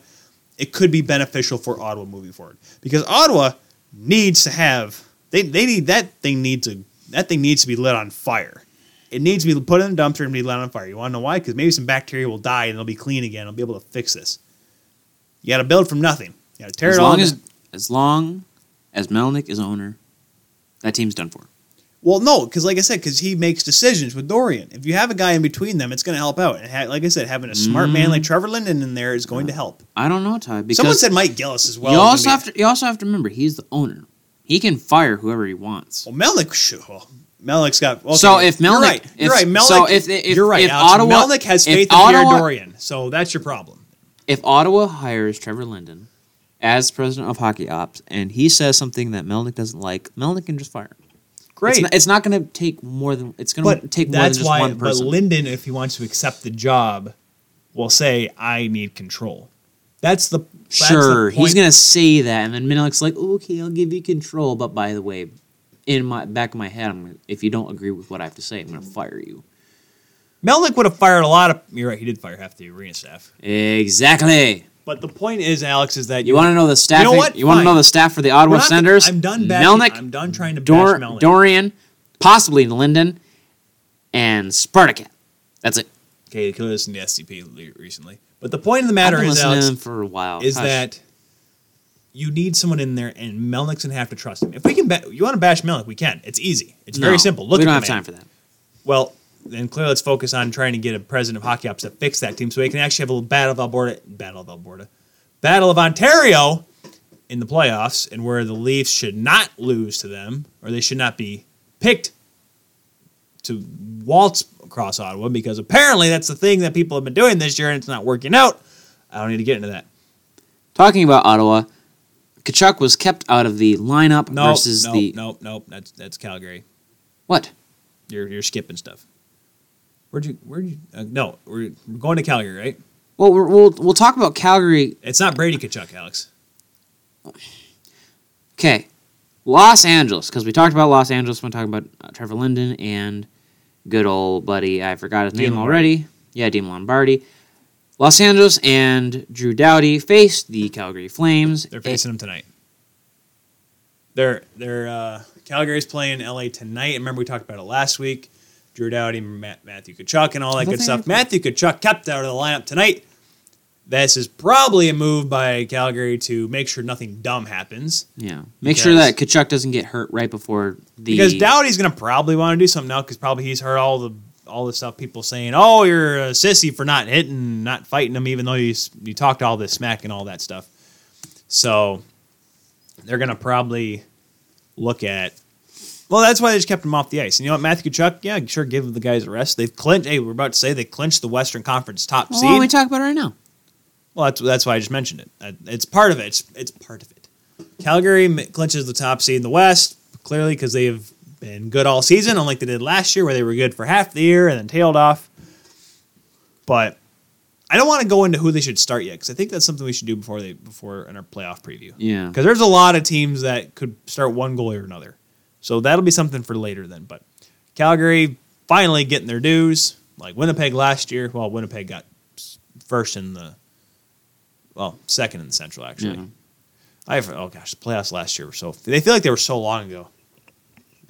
it could be beneficial for Ottawa moving forward because Ottawa needs to have they they need that thing needs to that thing needs to be lit on fire. It needs to be put in the dumpster and be lit on fire. You want to know why? Because maybe some bacteria will die and it'll be clean again. I'll be able to fix this. You got to build from nothing. You got to tear As it all long down. as as long as Melnick is owner, that team's done for. Well, no, because like I said, because he makes decisions with Dorian. If you have a guy in between them, it's going to help out. And ha- like I said, having a smart man like Trevor Linden in there is going to help. I don't know, Ty. Mm. Because Someone said Mike Gillis as well. you is also gonna be- have to you also have to remember he's the owner. He can fire whoever he wants. Well, Melnick. should- Well, Melnick's got. Okay, So if you're Melnick- right, you're if- right. Melnick, so if- if- you're right, if Alex, Ottawa- Melnick has if faith in Pierre Ottawa- Dorian, so that's your problem. If Ottawa hires Trevor Linden as president of hockey ops and he says something that Melnick doesn't like, Melnick can just fire him. It's not, it's not going to take more than it's going to But take more than that's just why. one person. But Linden, if he wants to accept the job, will say, "I need control." That's the that's the sure, he's point. going to say that, and then Melnick's like, "Okay, I'll give you control," but by the way, in my back of my head, I'm gonna, if you don't agree with what I have to say, I'm going to fire you. Melnick would have fired a lot of. You're right. He did fire half the arena staff. Exactly. But the point is, Alex, is that You want to know the staff? know what? You want to Fine. know the staff for the Ottawa We're not- Senators? I'm done. Bashing, Melnick, I'm done trying to bash Dor- Melnick. Dorian, possibly Linden, and Spartacat. That's it. okay, he could listen to SCP le- recently. But the point of the I've matter been is, listening to Alex, him for a while. is Hush. that you need someone in there, and Melnick's gonna have to trust him. If we can, ba- you want to bash Melnick, we can. It's easy. It's No, very simple. Look, we at don't the have man. time for that. Well, then clearly let's focus on trying to get a president of hockey ops to fix that team so they can actually have a little battle of Alberta, battle of Alberta, battle of Ontario in the playoffs, and where the Leafs should not lose to them, or they should not be picked to waltz across Ottawa because apparently that's the thing that people have been doing this year and it's not working out. I don't need to get into that. Talking about Ottawa, Kachuk was kept out of the lineup No, versus no, the no, no. That's that's Calgary. what? You're you're skipping stuff. Where'd you? Where'd you? Uh, no, we're, we're going to Calgary, right? Well, we're, we'll we'll talk about Calgary. It's not Brady Kachuk, Alex. Okay, Los Angeles because we talked about Los Angeles when talking about uh, Trevor Linden and good old buddy. I forgot his Dean name already. Yeah, Dean Lombardi. Los Angeles and Drew Doughty faced the Calgary Flames. They're facing them tonight. They're they're uh, Calgary's playing LA tonight. Remember we talked about it last week. Drew Doughty, Matt, Matthew Kachuk, and all I that don't good think stuff. I've- Matthew Kachuk kept out of the lineup tonight. This is probably a move by Calgary to make sure nothing dumb happens. Eh, Yeah, make sure Because- that Kachuk doesn't get hurt right before the because Dowdy's gonna probably want to do something now because probably he's heard all the all the stuff people saying, "Oh, you're a sissy for not hitting, not fighting him, even though you s- you talked all this smack and all that stuff." So they're gonna probably look at. Well, that's why they just kept him off the ice. And you know what, Matthew Kachuk, yeah, sure, give the guys a rest. They've clinched. Hey, we're about to say they clinched the Western Conference top Well, seed. why don't we talk about it right now? Well, that's that's why I just mentioned it. Uh, It's part of it. It's, it's part of it. Calgary m- clinches the top seed in the West clearly because they have been good all season, unlike they did last year, where they were good for half the year and then tailed off. But I don't want to go into who they should start yet because I think that's something we should do before they before in our playoff preview. Yeah. because there's a lot of teams that could start one goalie or another, so that'll be something for later then. But Calgary finally getting their dues, like Winnipeg last year. Well, Winnipeg got s- first in the well, second in the Central actually. Yeah. Mm-hmm. I have, oh gosh, the playoffs last year were so they feel like they were so long ago.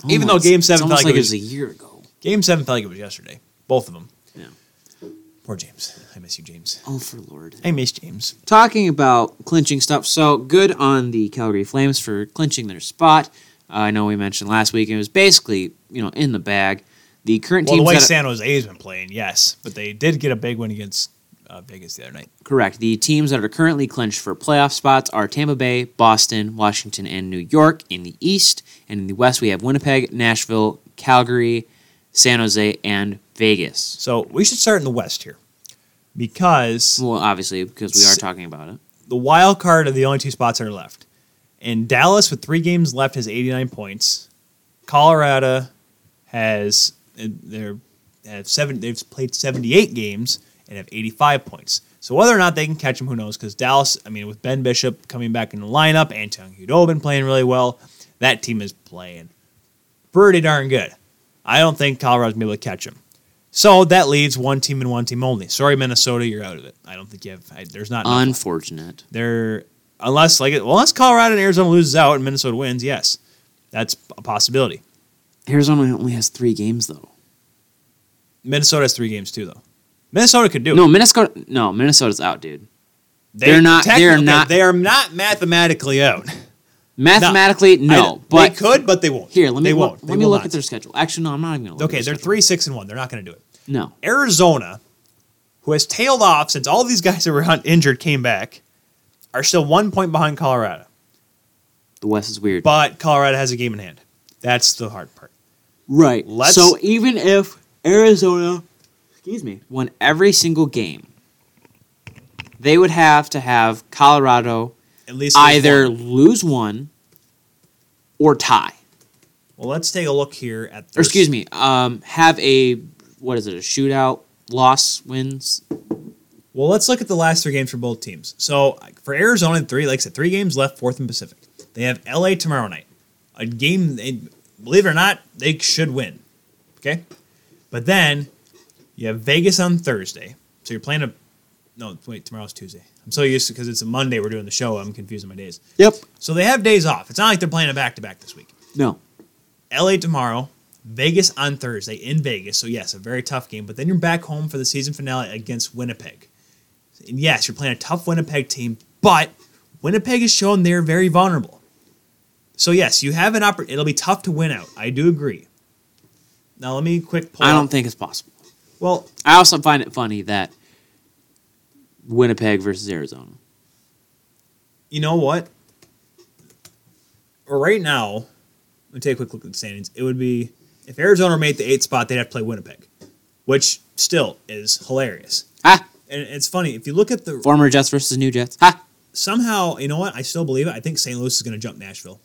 Even though Almost. Game It's Seven felt almost like, like it it was was, a year ago. Game Seven felt like it was yesterday. Both of them. Yeah. Poor James. I miss you, James. Oh, for Lord. I miss James. talking about clinching stuff, so good on the Calgary Flames for clinching their spot. Uh, I know we mentioned last week it was basically you know in the bag. The current Well, the teams way that- San Jose's been playing, yes, but they did get a big one against uh, Vegas the other night. correct the teams that are currently clinched for playoff spots are Tampa Bay, Boston, Washington, and New York in the East, and in the West we have Winnipeg, Nashville, Calgary, San Jose, and Vegas. So we should start in the West here, because Well, obviously because we are S- talking about it. the wild card are the only two spots that are left. And Dallas, with three games left, has 89 points. Colorado has they're have seven. They've played 78 games and have 85 points. So whether or not they can catch them, who knows? Because Dallas, I mean, with Ben Bishop coming back in the lineup, Anton Hudobin playing really well, that team is playing pretty darn good. I don't think Colorado's gonna be able to catch them. So that leaves one team and one team only. Sorry, Minnesota, you're out of it. I don't think you have. I, there's not. enough Unfortunate. they're unless like well, unless Colorado and Arizona loses out and Minnesota wins, yes, that's a possibility. Arizona only has three games though. Minnesota has three games too, though. Minnesota could do it. No, Minnesota. No, Minnesota's out, dude. They- they're not- technically- they're not- They are not mathematically out. Mathematically, no. I- but they could, but they won't. Here, let me They look- won't. let They me will look not. at their schedule. Actually, no, I'm not even gonna look. Okay, at they're their schedule. three, six, and one. They're not going to do it. No, Arizona, who has tailed off since all these guys that were un- injured came back, are still one point behind Colorado. the West is weird. But Colorado has a game in hand. That's the hard part. right. let's- so even if Arizona, excuse me, won every single game, they would have to have Colorado At least either lose one or tie. Well, let's take a look here at. Or Their excuse me, um, have a what is it? A shootout, loss, wins. Well, let's look at the last three games for both teams. So for Arizona, three like I said, three games left, fourth and Pacific. They have LA tomorrow night, a game. They, believe it or not, they should win. Okay, but then you have Vegas on Thursday, so you're playing a. No, wait, tomorrow's Tuesday. I'm so used to because it's a Monday. We're doing the show. I'm confusing my days. Yep. So they have days off. It's not like they're playing a back to back this week. No. LA tomorrow, Vegas on Thursday in Vegas. So yes, a very tough game. But then you're back home for the season finale against Winnipeg. And yes, you're playing a tough Winnipeg team, but Winnipeg has shown they're very vulnerable. So yes, you have an oppor- It'll be tough to win out. I do agree. Now let me quick pull. I up- don't think it's possible. Well, I also find it funny that Winnipeg versus Arizona. you know what? Right now, let me take a quick look at the standings. It would be if Arizona made the eighth spot, they'd have to play Winnipeg, which still is hilarious. Ah, and it's funny if you look at the former Jets versus new Jets. Ha! somehow you know what I still believe it. I think St. Louis is going to jump Nashville.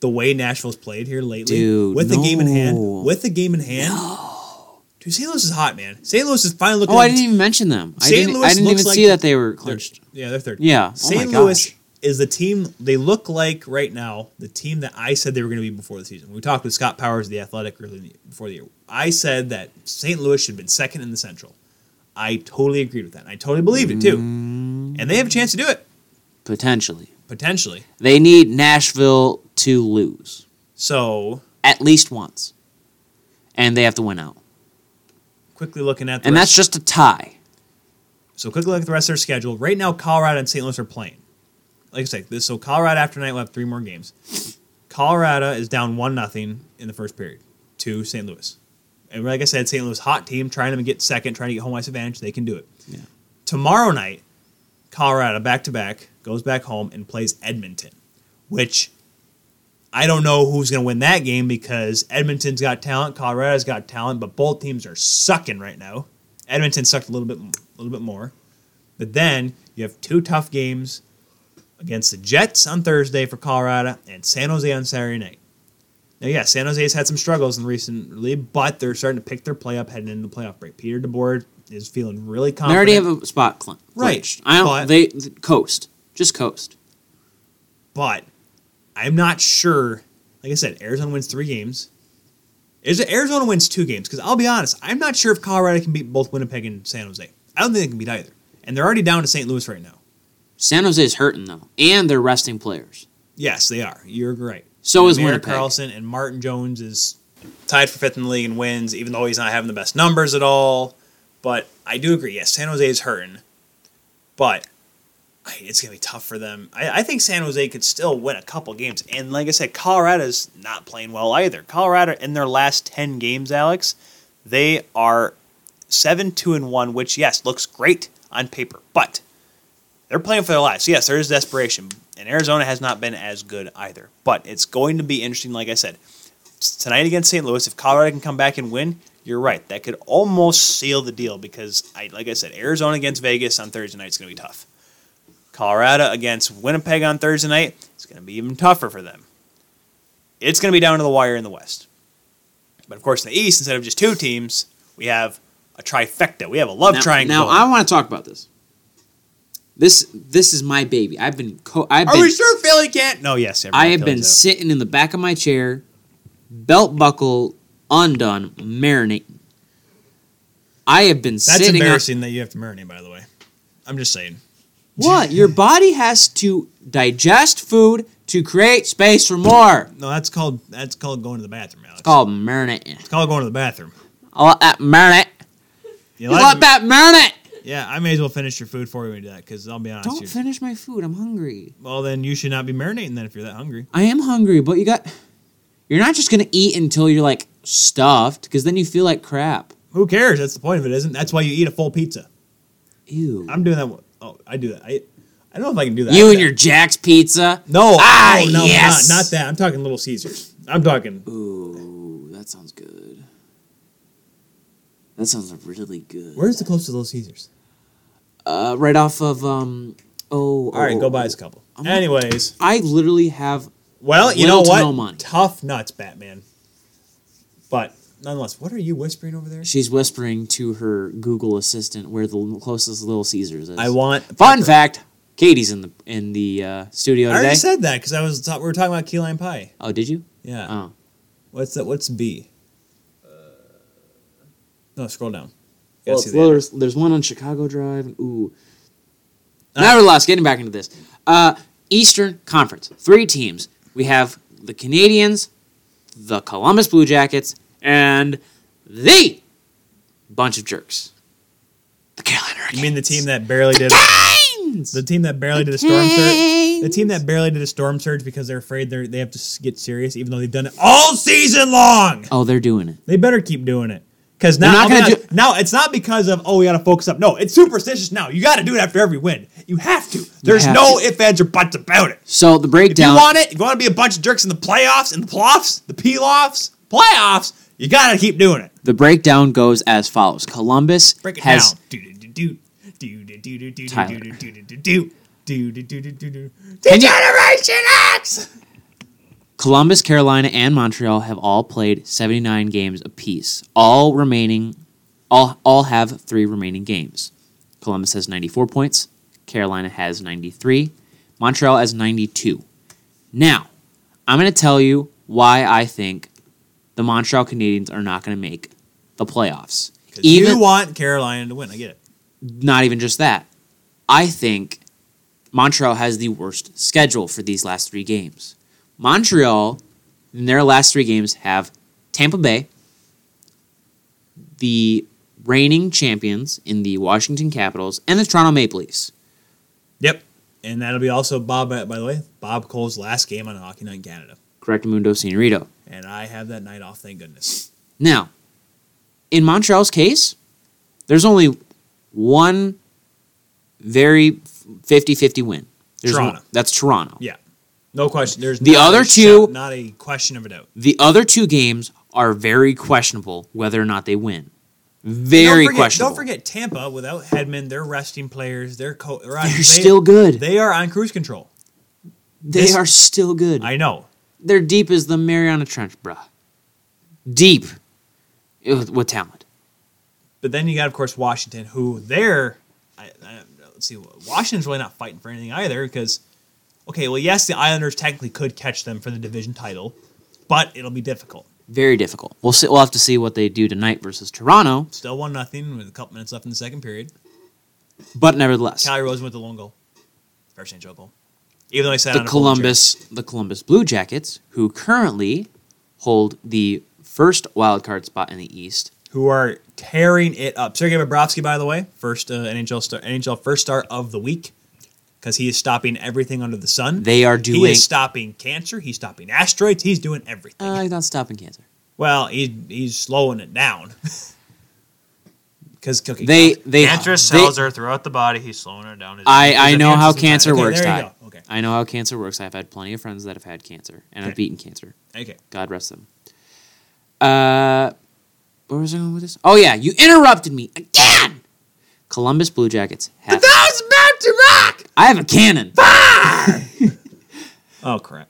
The way Nashville's played here lately, Dude, with the game in hand, no. with the game in hand, Dude, St. Louis is hot, man. St. Louis is finally looking. Oh, I didn't even mention them. I St. didn't, Louis I didn't looks even like see that they were they're- clinched. yeah, they're third. Yeah. St. oh my Louis Gosh. is the team they look like right now. The team that I said they were going to be before the season. We talked with Scott Powers, of the Athletic, early in the, before the year. I said that St. Louis should have been second in the Central. I totally agreed with that. and I totally believed it too. Mm. And they have a chance to do it Potentially. potentially. They need Nashville to lose So at least once. And they have to win out. quickly looking at the And rest- that's just a tie. so quickly look at the rest of their schedule. Right now, Colorado and St. Louis are playing. Like I said, this so Colorado after tonight will have three more games. Colorado is down one nothing in the first period to St. Louis, and like I said, St. Louis hot team trying to get second, trying to get home ice advantage. They can do it. Yeah. Tomorrow night, Colorado back to back goes back home and plays Edmonton, which I don't know who's going to win that game because Edmonton's got talent, Colorado's got talent, but both teams are sucking right now. Edmonton sucked a little bit, a little bit more. But then you have two tough games against the Jets on Thursday for Colorado and San Jose on Saturday night. Now, yeah, San Jose's had some struggles in recently, but they're starting to pick their play up heading into the playoff break. Peter DeBoer is feeling really confident. They already have a spot clin- Right, clinched. I don't. but- they th- coast. Just coast. but I'm not sure. Like I said, Arizona wins three games. Is it- Arizona wins two games because I'll be honest, I'm not sure if Colorado can beat both Winnipeg and San Jose. I don't think they can beat either, and they're already down to St. Louis right now. San Jose's hurting though, and they're resting players. Yes, they are. You're right. So is Merrick Winnipeg. Carlson and Martin Jones is tied for fifth in the league in wins, even though he's not having the best numbers at all. But I do agree. Yes, San Jose is hurting, but I- it's going to be tough for them. I, I think San Jose could still win a couple games. And like I said, Colorado's not playing well either. Colorado in their last ten games, Alex, they are seven two and one, which yes looks great on paper, but they're playing for their lives. Yes, there is desperation, and Arizona has not been as good either. But it's going to be interesting. Like I said, tonight against St. Louis, if Colorado can come back and win, you're right. That could almost seal the deal because, I, like I said, Arizona against Vegas on Thursday night is going to be tough. Colorado against Winnipeg on Thursday night is going to be even tougher for them. It's going to be down to the wire in the West. But of course, in the East, instead of just two teams, we have a trifecta. We have a love now, triangle. Now I want to talk about this. This this is my baby. I've been co- I've Are been we sure Philly can't? No, yes. everyone I have Philly's been out. sitting in the back of my chair, belt buckle undone, marinating. I have been That's sitting. on- embarrassing that you have to marinate, by the way. I'm just saying. what your body has to digest food to create space for more. No, that's called that's called going to the bathroom, Alex. It's called, Called marinating. going to the bathroom. I want that marinate. You You like want it? that marinate? Yeah, I may as well finish your food for you do that because I'll be honest. Don't you're- finish my food. I'm hungry. well, then you should not be marinating then if you're that hungry. I am hungry, but you got. You're not just gonna eat until you're like stuffed, because then you feel like crap. Who cares? That's the point of it, isn't? it? That's why you eat a full pizza. Ew. I'm doing that. one- Oh, I do that. I I don't know if I can do that. you and Yeah. your Jack's Pizza. no. Ah, no, no, yes. Not, not that. I'm talking Little Caesars. I'm talking. Ooh, that sounds good. That sounds really good. Where's the closest Little Caesars? Uh, right off of um. Oh. All right, oh, go oh, buy oh. us a couple. I'm not- Anyways, I literally have. Well, you Little know to what? no money. Tough nuts, Batman. But nonetheless, what are you whispering over there? She's whispering to her Google assistant where the closest Little Caesars is. I want Fun pepper. fact: Katie's in the in the uh, studio I today. already said that because I was ta- we were talking about key lime pie. oh, did you? Yeah. Oh, What's that? What's B? Uh, No, scroll down. You gotta well, see it's- the well, address. there's there's one on Chicago Drive. and- Ooh, Uh, nevertheless, getting back into this, uh, Eastern Conference, three teams. We have the Canadians, the Columbus Blue Jackets, and the bunch of jerks, the Carolina Hurricanes. you mean the team that barely did Canes! the team that barely did a storm surge? The Canes! team that barely did a storm surge because they're afraid they they have to s- get serious, even though they've done it all season long. Oh, they're doing it. They better keep doing it. Because They're now, not I'll be gonna honest, now it's not because of oh we gotta focus up. No, it's superstitious now. You gotta do it after every win. You have to. There's have no to. ifs, ands, or buts about it. So the If you breakdown. want it, if you wanna be a bunch of jerks in the playoffs, in the playoffs, the playoffs, playoffs, you gotta keep doing it. the breakdown goes as follows: Columbus Break it has down. Do do do do do do do do do Tyler. do do do do do do do do do do do do Generation X. Columbus, Carolina, and Montreal have all played 79 games apiece, all remaining all all have three remaining games. Columbus has 94 points. Carolina has 93. Montreal has 92. Now, I'm going to tell you why I think the Montreal Canadiens are not going to make the playoffs. 'Cause Even you want Carolina to win. I get it. not even just that. I think Montreal has the worst schedule for these last three games. Montreal, in their last three games, have Tampa Bay, the reigning champions in the Washington Capitals, and the Toronto Maple Leafs. Yep. And that'll be also Bob. By the way, Bob Cole's last game on Hockey Night in Canada, Correct Mundo Senorito. and I have that night off. Thank goodness. Now, in Montreal's case, there's only one very 50 50 win. There's Toronto. one- that's Toronto. Yeah. No question. There's The not a other shot- two- Not a question of a doubt. The other two games are very questionable whether or not they win. Very don't forget, questionable. Don't forget Tampa without Hedman, they're resting players. They're co- they're, on- They're they- still good. They, They are on cruise control. this- are still good. I know. They're deep as the Mariana Trench, bruh. Deep with, with talent. But then you got, of course, Washington, who they're. I, I, let's see. Washington's really not fighting for anything either because, okay, well, yes, the Islanders technically could catch them for the division title, but it'll be difficult. Very difficult. We'll see, we'll have to see what they do tonight versus Toronto, Still one nothing with a couple minutes left in the second period. but nevertheless, Callie Rosen with the lone goal, first NHL goal. Even though I sat the on a pulling chair. Columbus the Columbus Blue Jackets, who currently hold the first wild card spot in the East, who are tearing it up. Sergei Bobrovsky, by the way, first uh, NHL star, NHL first star of the week because he is stopping everything under the sun. they are he doing. is stopping cancer. He's stopping asteroids. He's doing everything. Uh, he's not stopping cancer. well, he, he's slowing it down because They they Cancer they- cells are throughout the body. He's slowing it down. I, He's I know how advancing cancer Okay, works, there you Ty. go. Okay. I know how cancer works. I've had plenty of friends that have had cancer, and I've Okay. beaten cancer. okay. God rest them. Uh, where was I going with this? Oh yeah, you interrupted me again. Columbus Blue Jackets have. about to rock. I have a cannon. Oh crap!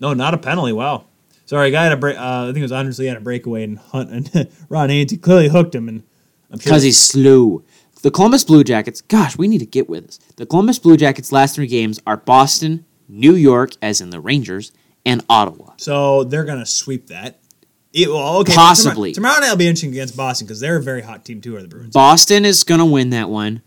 No, not a penalty. Wow. Sorry, a guy had a break. Uh, I think it was Anders Lee had a breakaway and Hunt and Ron Haynes. He clearly hooked him, and I'm sure because he's slow. The Columbus Blue Jackets, gosh, we need to get with this. The Columbus Blue Jackets' last three games are Boston, New York, as in the Rangers, and Ottawa. So they're gonna sweep that. It, well, okay, Possibly. tomorrow, tomorrow night will be interesting against Boston because they're a very hot team too. Are the Bruins? Boston is going to win that one.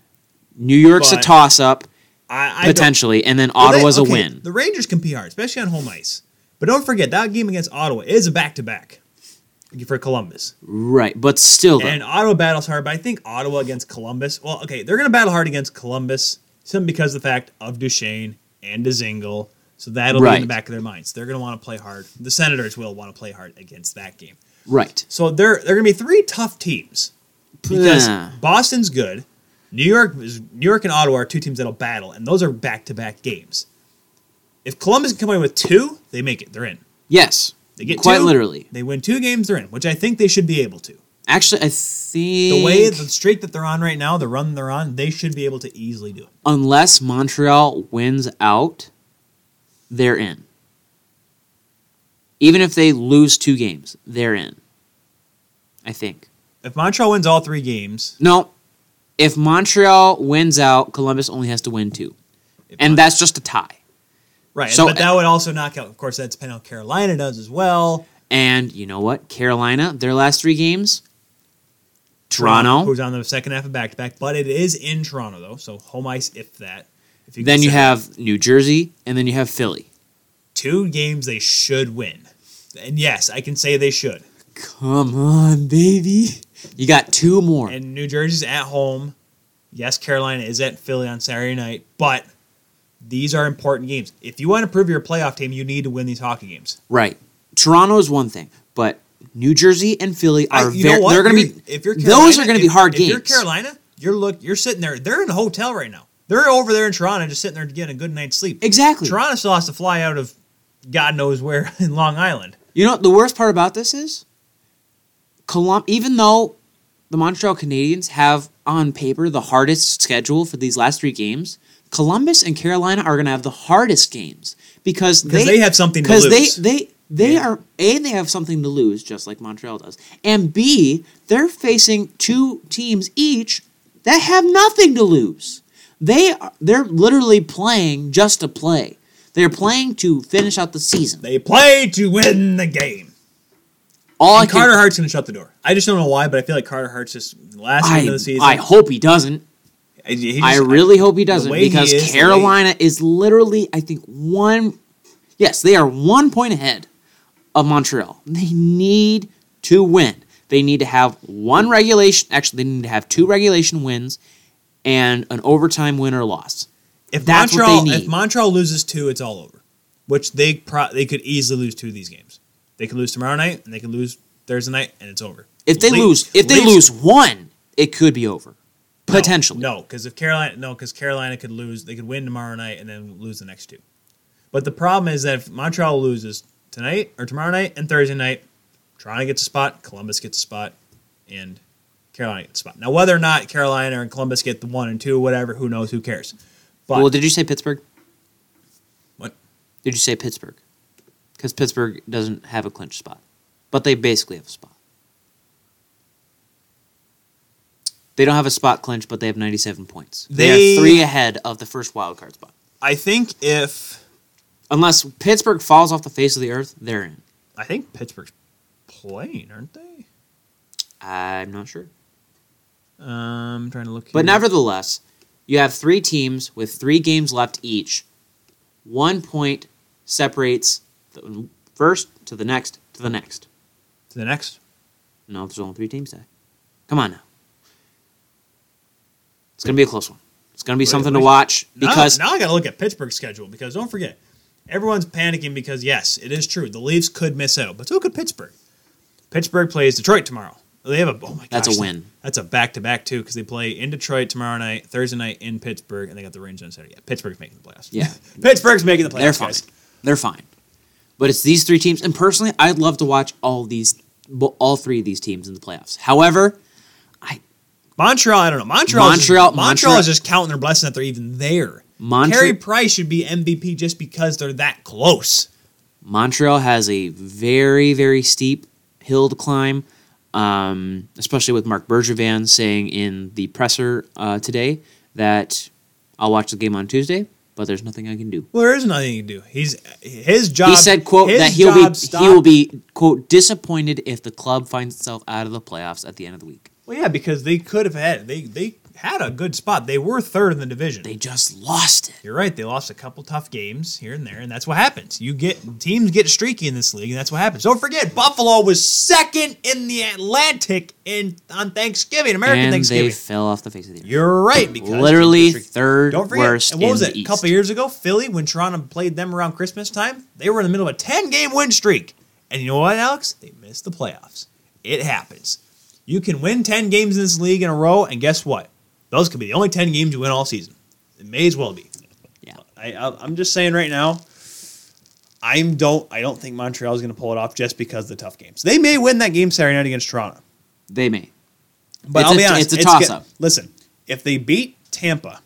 New York's a But- toss up, I, I don't- potentially, and then Well, they- Ottawa's okay, a win. The Rangers can pee hard, especially on home ice. But don't forget that game against Ottawa is a back to back for Columbus, Right, but still, though, and Ottawa battles hard. But I think Ottawa against Columbus. Well, okay, they're gonna battle hard against Columbus simply because of the fact of Duchesne and Dezingle. So that'll be in Right. the back of their minds. They're gonna want to play hard. The Senators will want to play hard against that game. right. So they're they're gonna be three tough teams because Yeah. Boston's good. New York is New York and Ottawa are two teams that'll battle, and those are back to back games. If Columbus can come in with two, they make it. They're in. Yes, They get quite two. literally. They win two games, they're in, which I think they should be able to. Actually, I think The way the streak that they're on right now, the run they're on, they should be able to easily do it. unless Montreal wins out, they're in. Even if they lose two games, they're in. I think. If Montreal wins all three games, No, if Montreal wins out, Columbus only has to win two, if and Mon- that's just a tie. right, so- but that would also knock out. Of course, that's depending on how Carolina does as well. And you know what? Carolina, their last three games, Toronto. who's on the second half of back to back, but it is in Toronto though, so home ice if that. If Then you consider- have New Jersey, and then you have Philly. two games they should win. And yes, I can say they should. Come on, baby. You got two more. And New Jersey's at home. Yes, Carolina is at Philly on Saturday night, but these are important games. If you want to prove you're a playoff team, you need to win these hockey games. Right. Toronto is one thing, but New Jersey and Philly I- are you very, know what? they're going to You're- be if you're those are going to be if- hard if games. You're Carolina. You're look. You're sitting there. They're in a hotel right now. They're over there in Toronto, just sitting there getting a good night's sleep. Exactly. Toronto still has to fly out of God knows where in Long Island. You know what the worst part about this is Colum- even though the Montreal Canadiens have on paper the hardest schedule for these last 3 games, Columbus and Carolina are going to have the hardest games because they, they have something to because lose. they they They are a they have something to lose, just like Montreal does, and b they're facing two teams each that have nothing to lose. They are, they're literally playing just to play. They're playing to finish out the season. They play to win the game. All I And can, Carter Hart's going to shut the door. I just don't know why, but I feel like Carter Hart's just last I, game of the season. I hope he doesn't. he- he just- I really hope he doesn't way he because is, the way- Carolina is literally, I think, one. Yes, they are one point ahead of Montreal. They need to win. They need to have one regulation. Actually, they need to have two regulation wins and an overtime win or loss. if that's what Montreal, they need. If Montreal loses two, it's all over. Which they pro- they could easily lose two of these games. They could lose tomorrow night, and they could lose Thursday night, and it's over. If they Le- lose, if they Leafs- lose one, it could be over. no, Potentially, no, because if Carolina, no, because Carolina could lose, they could win tomorrow night and then lose the next two. But the problem is that if Montreal loses tonight or tomorrow night and Thursday night, Toronto gets a spot, Columbus gets a spot, and Carolina gets a spot. Now, whether or not Carolina and Columbus get the one and two, whatever, who knows? Who cares? But Well, did you say Pittsburgh? What? Did you say Pittsburgh? Because Pittsburgh doesn't have a clinch spot, but they basically have a spot. They don't have a spot clinch, but they have 97 points. They, They- are three ahead of the first wild card spot. I think if Unless Pittsburgh falls off the face of the earth, they're in. I think Pittsburgh's playing, aren't they? I'm not sure. Um, trying to look. But nevertheless, you have three teams with three games left each. One point separates the first to the next to the next. to the next. No, there's only three teams there. Come on now. It's going to be a close one. It's going to be something to watch because now, now I got to look at Pittsburgh's schedule because don't forget, everyone's panicking because yes, it is true the Leafs could miss out, but so could Pittsburgh. Pittsburgh plays Detroit tomorrow. They have a oh my gosh, That's a win. That's a back to back too because they play in Detroit tomorrow night, Thursday night in Pittsburgh, and they got the Rangers on Saturday. Yeah, Pittsburgh's making the playoffs. Yeah. Pittsburgh's making the playoffs. they're fine. guys. They're fine. But it's these three teams, and personally, I'd love to watch all these, all three of these teams in the playoffs. However, Montreal, I don't know. Montreal, Montreal, Montreal- Montreal, is just counting their blessing that they're even there. Montre- Carey Price should be MVP just because they're that close. Montreal has a very, very steep hill to climb, um, especially with Mark Bergevin saying in the presser uh, today that I'll watch the game on Tuesday, but there's nothing I can do. Well, there is nothing you can do. He's his job. He said, "quote Um, his that he'll be job he will stopped- be quote disappointed if the club finds itself out of the playoffs at the end of the week. Well, yeah, because they could have had they they had a good spot. They were third in the division. They just lost it. You're right. They lost a couple tough games here and there, and that's what happens. You get teams get streaky in this league, and that's what happens. Don't forget, Buffalo was second in the Atlantic in on Thanksgiving, American and Thanksgiving. they fell off the face of the earth. You're right. Because Literally teams get streaky. third Don't forget, worst and what was in it? the A couple East. years ago, Philly, when Toronto played them around Christmas time, they were in the middle of a 10 game win streak. And you know what, Alex? They missed the playoffs. It happens. You can win 10 games in this league in a row, and guess what? Those could be the only 10 games you win all season. It may as well be. Yeah. I, I, I'm just saying right now. I'm don't I don't think Montreal is going to pull it off just because of the tough games. They may win that game Saturday night against Toronto. They may. But It's I'll a- be honest, it's a get- toss-up. Listen, if they beat Tampa,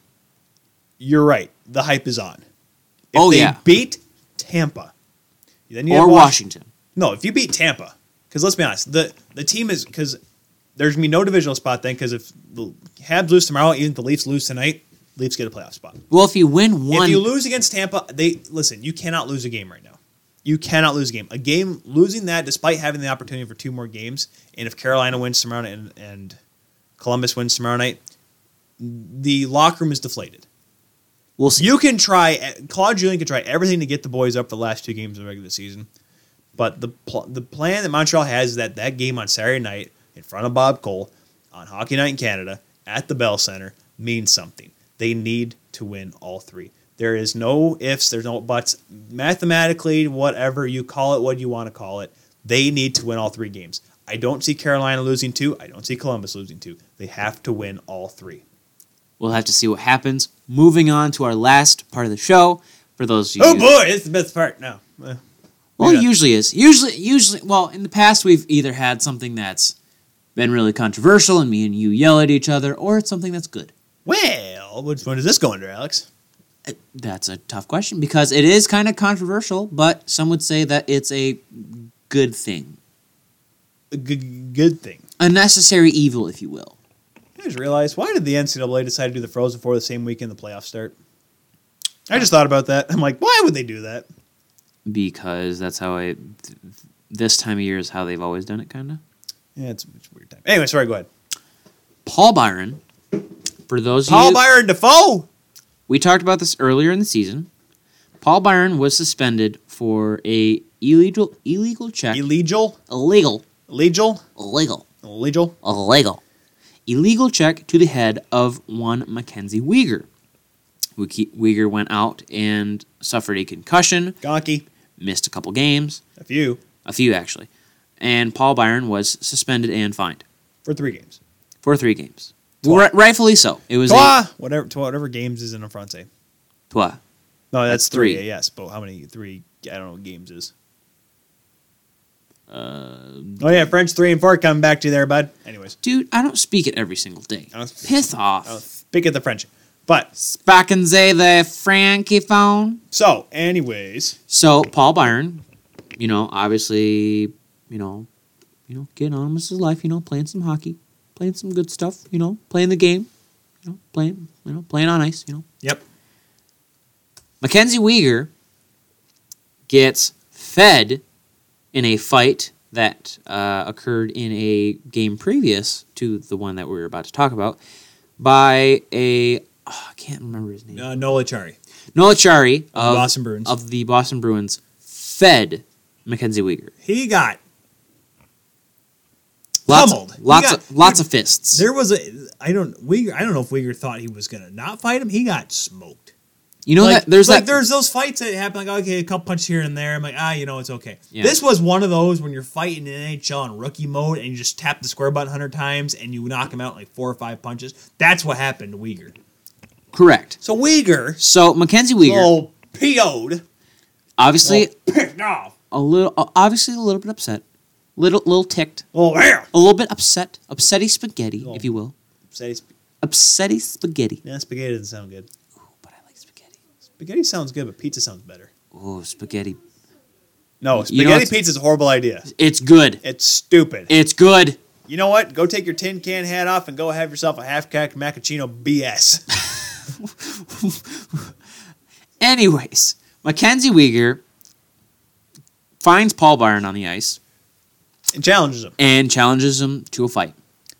you're right. The hype is on. If Oh, they yeah. beat Tampa, then you Or have Wash- Washington. No, if you beat Tampa, because let's be honest, the the team is because there's gonna be no divisional spot then because if the Habs lose tomorrow, even if the Leafs lose tonight, Leafs get a playoff spot. Well, if you win one, If you lose against Tampa, they listen. You cannot lose a game right now. You cannot lose a game. A game losing that, despite having the opportunity for two more games, and if Carolina wins tomorrow night and, and Columbus wins tomorrow night, the locker room is deflated. we'll see. You can try. Claude Julian can try everything to get the boys up for the last two games of the regular season, but the pl- the plan that Montreal has is that that game on Saturday night in front of Bob Cole on Hockey Night in Canada at the Bell Center means something. They need to win all three. There is no ifs. There's no buts. Mathematically, whatever you call it, what you want to call it, they need to win all three games. I don't see Carolina losing two. I don't see Columbus losing two. They have to win all three. We'll have to see what happens. Moving on to our last part of the show. For those of you, Oh boy, it's the best part. No. Eh. well, it yeah. usually is usually usually. Well, in the past, we've either had something that's been really controversial, and me and you yell at each other, or it's something that's good. Well, which one is this going to, Alex? That's a tough question because it is kind of controversial, but some would say that it's a good thing, A good, good thing. a necessary evil, if you will. I just realized why did the NCAA decide to do the Frozen Four the same weekend the playoffs start? I just thought about that. I'm like, why would they do that? Because that's how I. th- This time of year is how they've always done it, kind of. Yeah, it's, it's a weird time. Anyway, sorry. Go ahead. Paul Byron, for those of Paul you, Byron Defoe. we talked about this earlier in the season. Paul Byron was suspended for a illegal illegal check, Illegal. illegal, Illegal. illegal, Illegal. illegal, illegal check to the head of one Mackenzie Weger. Wiki- Weger went out and suffered a concussion, Gonky. missed a couple games, A few a few actually, and Paul Byron was suspended and fined for three games. for three games. Ri- rightfully so. It was a Twa, whatever, twa, whatever games is in a front say. Twa. No, that's, That's three. three. Yes, but how many? Three. I don't know what games is. Uh, Oh yeah, French three and four coming back to you there, bud. Anyways, Dude, I don't speak it every single day. Oh. Piss off. I'll pick at the French. But Spock and say the Frankie phone. so, anyways, So Paul Byron, you know, obviously, you know, you know, getting on with his life, you know, playing some hockey, playing some good stuff, you know, playing the game, you know, playing, you know, playing on ice, you know. Yep. Mackenzie Weger gets fed in a fight that uh, occurred in a game previous to the one that we were about to talk about by a oh, I can't remember his name. Uh, Nola Chari. Nolichari Of of, Boston Bruins. of the Boston Bruins fed Mackenzie Weger. He got Lots, Pummeled. lots, He of, lots of fists. there was a I don't Uyghur, I don't know if Uyghur thought he was gonna not fight him. He got smoked. You know like, that there's like that there's those fights that happen like okay a couple punches here and there I'm like ah you know it's okay Yeah. this was one of those when you're fighting in NHL in rookie mode and you just tap the square button 100 times and you knock him out like four or five punches that's what happened to Uyghur correct. so Uyghur So Mackenzie Weger, oh, PO'd. obviously Oh, pissed off a little, obviously a little bit upset, little little ticked, Oh, yeah. a little bit upset, upsetty spaghetti, if you will, Say sp- upsetty spaghetti. yeah, spaghetti doesn't sound good. Ooh, but I like spaghetti. Spaghetti sounds good, but pizza sounds better. Oh, spaghetti! No, You know spaghetti what's- pizza is a horrible idea. It's good. It's stupid. It's good. you know what? Go take your tin can hat off and go have yourself a half cack macchiato BS. Anyways, Mackenzie Weger finds Paul Byron on the ice and challenges him and challenges him to a fight.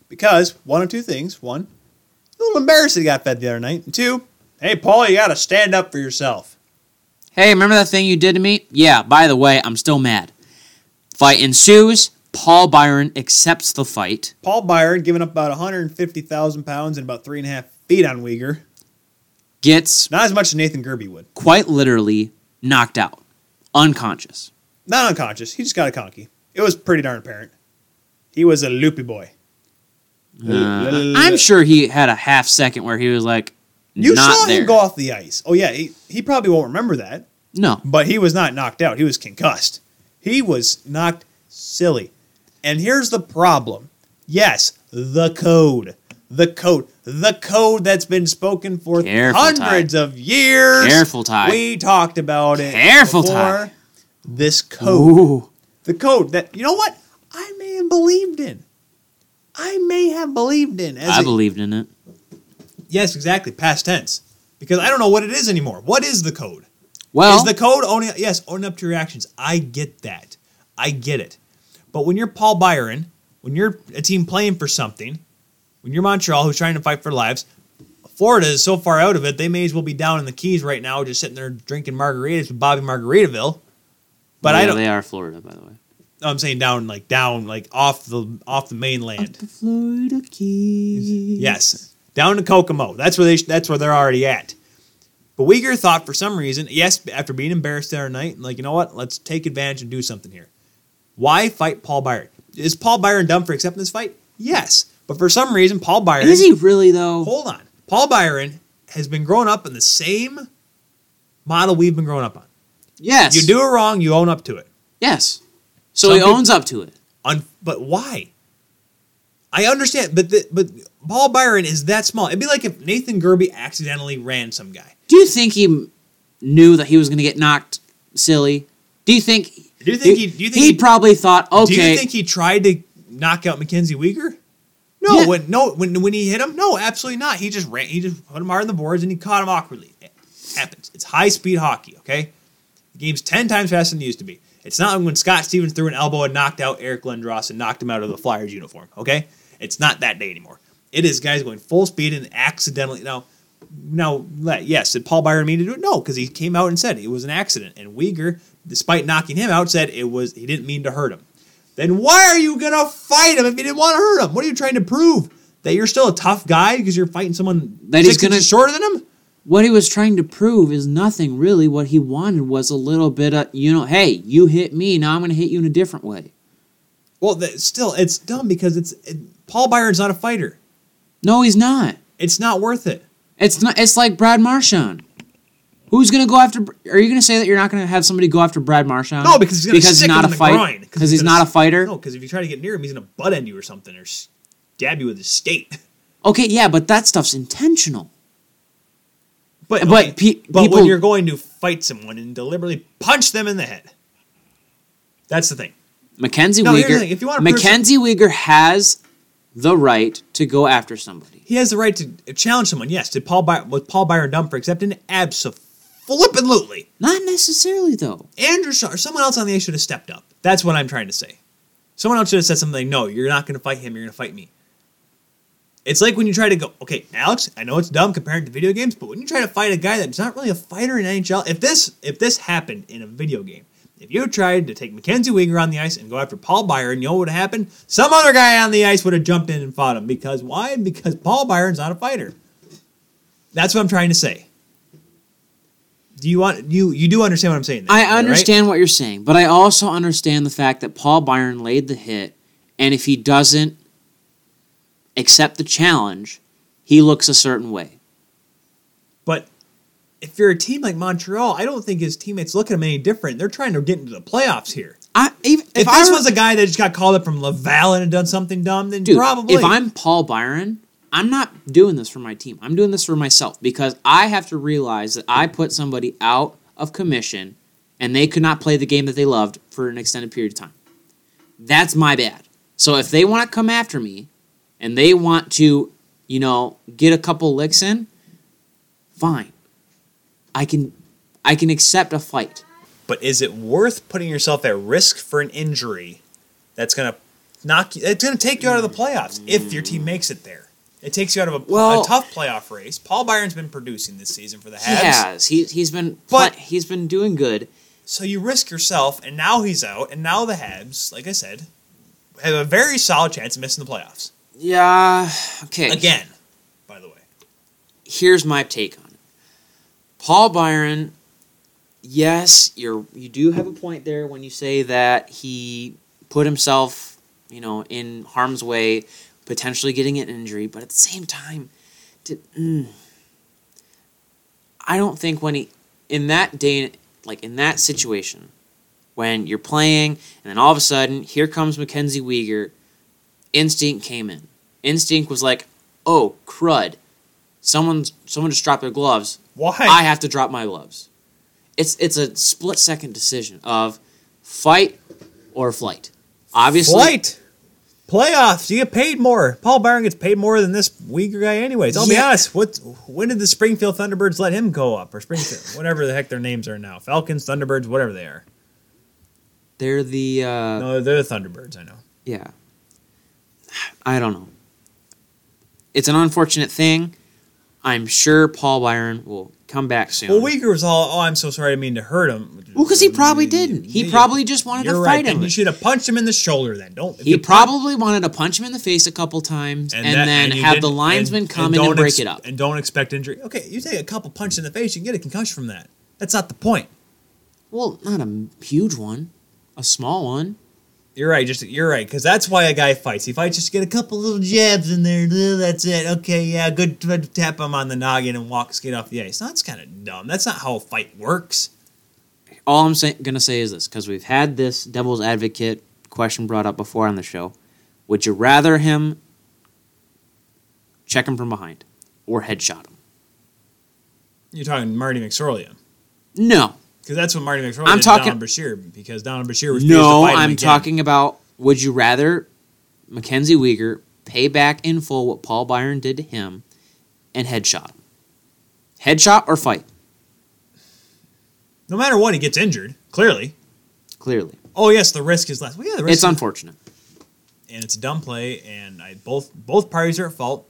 because one of two things: one, a little embarrassed he got fed the other night, and two, hey Paul, you got to stand up for yourself. Hey, remember that thing you did to me? Yeah, by the way, I'm still mad. Fight ensues. Paul Byron accepts the fight. Paul Byron giving up about 150,000 pounds and about three and a half feet on Uyghur. Gets Not as much as Nathan Gerby would. quite literally knocked out, unconscious. Not unconscious. He just got a conky. It was pretty darn apparent. He was a loopy boy. Uh, I'm sure he had a half second where he was like, You not saw there. him go off the ice. Oh yeah, he, he probably won't remember that, No, but he was not knocked out. He was concussed. He was knocked silly. And here's the problem. Yes, the code. The code. The code that's been spoken for Careful, Ty. hundreds of years. Careful, Ty. We talked about it. Careful, before. Ty. This code. The code that you know what? I may have believed in. I may have believed in as I a- believed in it. yes exactly past tense because I don't know what it is anymore what is the code Well, Is the code owning? Yes, own up to your actions. I get that. I get it. But when you're Paul Byron, when you're a team playing for something, when you're Montreal who's trying to fight for lives, Florida is so far out of it they may as well be down in the Keys right now, just sitting there drinking margaritas with Bobby Margaritaville. But yeah, I don't. They are Florida, by the way. I'm saying down, like down, like off the off the mainland. Florida Keys. Yes, down to Kokomo. That's where they. That's where they're already at. But Uyghur thought for some reason, yes, after being embarrassed the other night, like you know what, let's take advantage and do something here. Why fight Paul Byron? Is Paul Byron dumb for accepting this fight? Yes, but for some reason, Paul Byron. Is he really though? Hold on, Paul Byron has been growing up in the same model we've been growing up on. Yes. You do it wrong, you own up to it. Yes. So Some he peop- owns up to it. Un- but why? I understand, but the, but Paul Byron is that small. It'd be like if Nathan Gerby accidentally ran some guy. Do you think he m- knew that he was going to get knocked silly? Do you think? Do you think he- do you think he, he- probably thought, okay, Do you think he tried to knock out Mackenzie Weegar? No, Yeah. when no when when he hit him, no, absolutely not. He just ran. He just put him hard on the boards and he caught him awkwardly. It happens. It's high speed hockey. Okay, the game's ten times faster than it used to be. It's not when Scott Stevens threw an elbow and knocked out Eric Lindros and knocked him out of the Flyers uniform. Okay, it's not that day anymore. It is guys going full speed and accidentally now. Now, le- yes, did Paul Byron mean to do it? No, because he came out and said it was an accident. And Uyghur, despite knocking him out, said it was he didn't mean to hurt him. Then why are you gonna fight him if you didn't want to hurt him? What are you trying to prove? That you're still a tough guy because you're fighting someone That he's six gonna- inches shorter than him? what he was trying to prove is nothing really. What he wanted was a little bit of, you know, hey, you hit me, now I'm going to hit you in a different way. Well, that, still, it's dumb because it's it- Paul Byron's not a fighter. No, he's not. It's not worth it. It's not. It's like Brad Marchand. Who's going to go after? Are you going to say that you're not going to have somebody go after Brad Marchand? No, because he's gonna because stick he's not a him in the groin. fighter. Because he's gonna- not a fighter. No, because if you try to get near him, he's gonna butt end you or something or stab you with his skate. Okay, yeah, but that stuff's intentional. But But okay, pe- but people- when you're going to fight someone and deliberately punch them in the head, that's the thing. Mackenzie No, here's the Weegar. thing, if you wanna prove Mackenzie Weegar has the right to go after somebody. He has the right to uh, challenge someone. Yes, did Paul By- was Paul Byron dumb for accepting? Absolutely. Not necessarily though. Andrew Shaw or someone else on the ice should have stepped up. That's what I'm trying to say. Someone else should have said something like, "No, you're not going to fight him. You're going to fight me." It's like when you try to go, okay, Alex. I know it's dumb comparing to video games, but when you try to fight a guy that's not really a fighter in NHL, if this if this happened in a video game, if you tried to take Mackenzie Weegar on the ice and go after Paul Byron, you know what would have happened? Some other guy on the ice would have jumped in and fought him because why? Because Paul Byron's not a fighter. That's what I'm trying to say. Do you want you you do understand what I'm saying? there, right? I understand what you're saying, but I also understand the fact that Paul Byron laid the hit, and if he doesn't accept the challenge, he looks a certain way. But if you're a team like Montreal, I don't think his teammates look at him any different. They're trying to get into the playoffs here. I even If, if, I this were- was a guy that just got called up from Laval and had done something dumb, then dude, probably. if I'm Paul Byron, I'm not doing this for my team. I'm doing this for myself because I have to realize that I put somebody out of commission, and they could not play the game that they loved for an extended period of time. That's my bad. So if they want to come after me, and they want to, you know, get a couple licks in, fine. I can, I can accept a fight. but is it worth putting yourself at risk for an injury that's going to knock you? It's going to take you out of the playoffs if your team makes it there. It takes you out of a, Well- a tough playoff race. Paul Byron's been producing this season for the He Habs. has. He he's been, But- but he's been doing good. So you risk yourself, and now he's out, and now the Habs, like I said, have a very solid chance of missing the playoffs. Yeah. Okay. Again, by the way. here's my take on it. Paul Byron, yes, you're you do have a point there when you say that he put himself, you know, in harm's way, potentially getting an injury, but at the same time, did, mm, I don't think when he in that day like in that situation when you're playing and then all of a sudden here comes Mackenzie Weegar, instinct came in. Instinct was like, "Oh, crud someone someone just dropped their gloves. Why? I have to drop my gloves. It's it's a split second decision of fight or flight. Obviously, Flight. Playoffs. You get paid more. Paul Byron gets paid more than this Uyghur guy, anyways. I'll be Yeah. honest. What? When did the Springfield Thunderbirds let him go up, or Springfield, whatever the heck their names are now? Falcons, Thunderbirds, whatever they are. they're the uh, No, they're the Thunderbirds. I know. yeah. I don't know. It's an unfortunate thing. I'm sure Paul Byron will come back soon. Well, Uyghur was all. Oh, I'm so sorry. I mean to hurt him. because he probably didn't. He Yeah, probably just wanted You're to right. fight then him. You should have punched him in the shoulder. Then don't. if He you punch- probably wanted to punch him in the face a couple times and, that- then you have didn't- the linesman come in and don't break ex- it up. And don't expect injury. Okay, you take a couple punches in the face, you can get a concussion from that. That's not the point. Well, not a m- huge one, a small one. You're right. Just you're right because that's why a guy fights. He fights just to get a couple little jabs in there. ugh, That's it. Okay, yeah, good. t- Tap him on the noggin and walk skate off the ice. No, that's kind of dumb. That's not how a fight works. all I'm say- gonna say is this because we've had this devil's advocate question brought up before on the show. Would you rather him check him from behind or headshot him. You're talking Marty McSorley. No, Because that's what Marty McSorley I'm did talking- to Donald Bashir. Because Donald Bashir refused no, to fight him I'm again. talking about would you rather Mackenzie Weegar pay back in full what Paul Byron did to him and headshot him? Headshot or fight? No matter what, he gets injured, clearly. Clearly, Oh, yes, the risk is less. Well, yeah, the risk it's is unfortunate. and it's a dumb play. And I both both parties are at fault.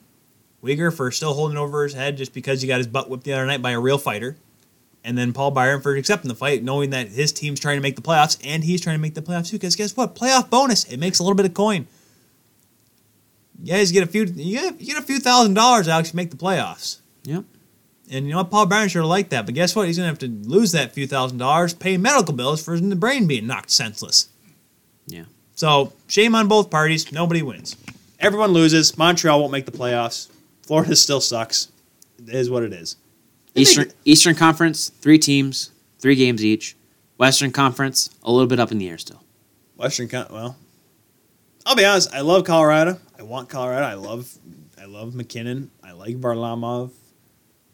Uyghur for still holding over his head just because he got his butt whipped the other night by a real fighter, and then Paul Byron for accepting the fight, knowing that his team's trying to make the playoffs and he's trying to make the playoffs too. Because guess what? Playoff bonus. It makes a little bit of coin. You guys get a few. You get, you get a few thousand dollars, Alex. You make the playoffs. Yep. And you know what? Paul Byron sure liked that. But guess what? He's gonna have to lose that few thousand dollars, pay medical bills for his brain being knocked senseless. Yeah. So shame on both parties. Nobody wins. Everyone loses. Montreal won't make the playoffs. Florida still sucks. It is what it is. Eastern Eastern Conference, three teams, three games each. Western Conference, a little bit up in the air still. Western Con- well. I'll be honest, I love Colorado. I want Colorado. I love I love McKinnon. I like Varlamov.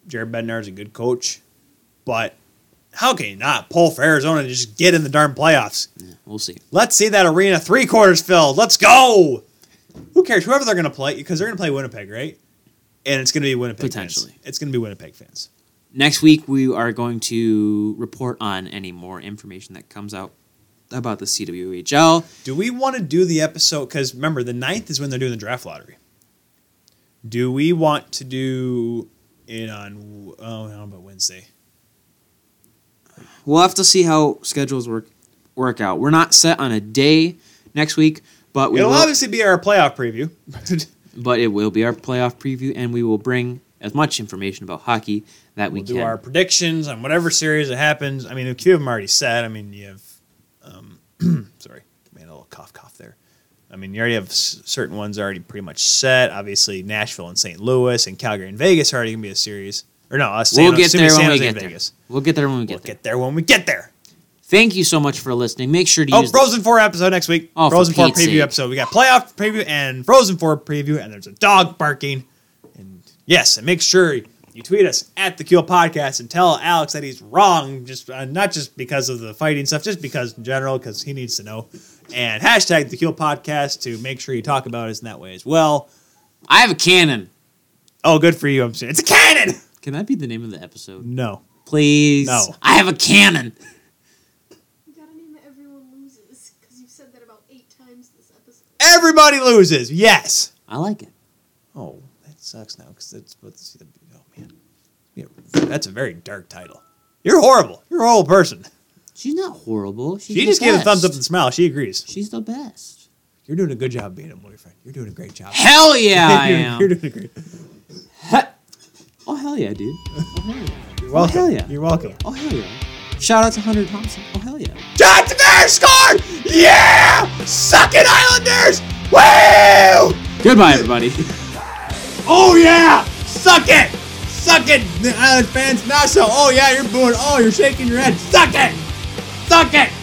Jared Bednar's a good coach. But how can you not pull for Arizona and just get in the darn playoffs? Yeah, we'll see. Let's see that arena three quarters filled. Let's go. Who cares? Whoever they're going to play, because they're going to play Winnipeg, right? And it's going to be Winnipeg Potentially. fans. It's going to be Winnipeg fans. Next week we are going to report on any more information that comes out about the CWHL. Do we want to do the episode? Because remember, the 9th is when they're doing the draft lottery. Do we want to do it on, oh, no, about Wednesday? We'll have to see how schedules work work out. We're not set on a day next week, but we It'll will- obviously be our playoff preview. but it will be our playoff preview, and we will bring as much information about hockey that we we'll can. do our predictions on whatever series it happens. I mean, a few of them already said. I mean, you have, um, sorry, man, a little cough, cough there. I mean, you already have s- certain ones already pretty much set. Obviously, Nashville and St. Louis and Calgary and Vegas are already gonna be a series. Or no, uh, San, we'll get excuse me, there San when we Jose get and there. Vegas. We'll get there when we We'll get there. get there when we get there. Thank you so much for listening. Make sure to Oh, use the- Frozen Four episode next week. Oh, for Frozen Four Pete's preview sake. episode. We got playoff preview and Frozen Four preview, and there's a dog barking. And yes, and make sure you tweet us at the Keel Podcast and tell Alex that he's wrong. Just uh, not just because of the fighting stuff, just because in general, because he needs to know. And hashtag the Keel Podcast to make sure you talk about us in that way as well. I have a cannon. Oh, good for you! I'm sure it's a cannon. Can that be the name of the episode? No, Please. No. I have a cannon. You gotta name it Everyone Loses, because you've said that about eight times this episode. everybody loses. Yes. I like it. Oh, that sucks now because that's what's. Oh man, Yeah, that's a very dark title. You're horrible. You're a horrible person. She's not horrible. She's She the just gave a thumbs up best. and smile. She agrees. She's the best. You're doing a good job being a boyfriend. You're doing a great job. Hell yeah, I you're, am. You're doing a great. oh hell yeah, dude. Oh hell yeah. You're welcome. hell yeah. You're welcome. Oh hell yeah. Shout out to Hunter Thompson. Oh hell yeah. John Tavares scored! Yeah! Suck it, Islanders! Woo! Goodbye, everybody. Oh yeah! Suck it! Suck it, the Island fans! Nassau! Oh yeah, you're booing! Oh, you're shaking your head! Suck it! Suck it!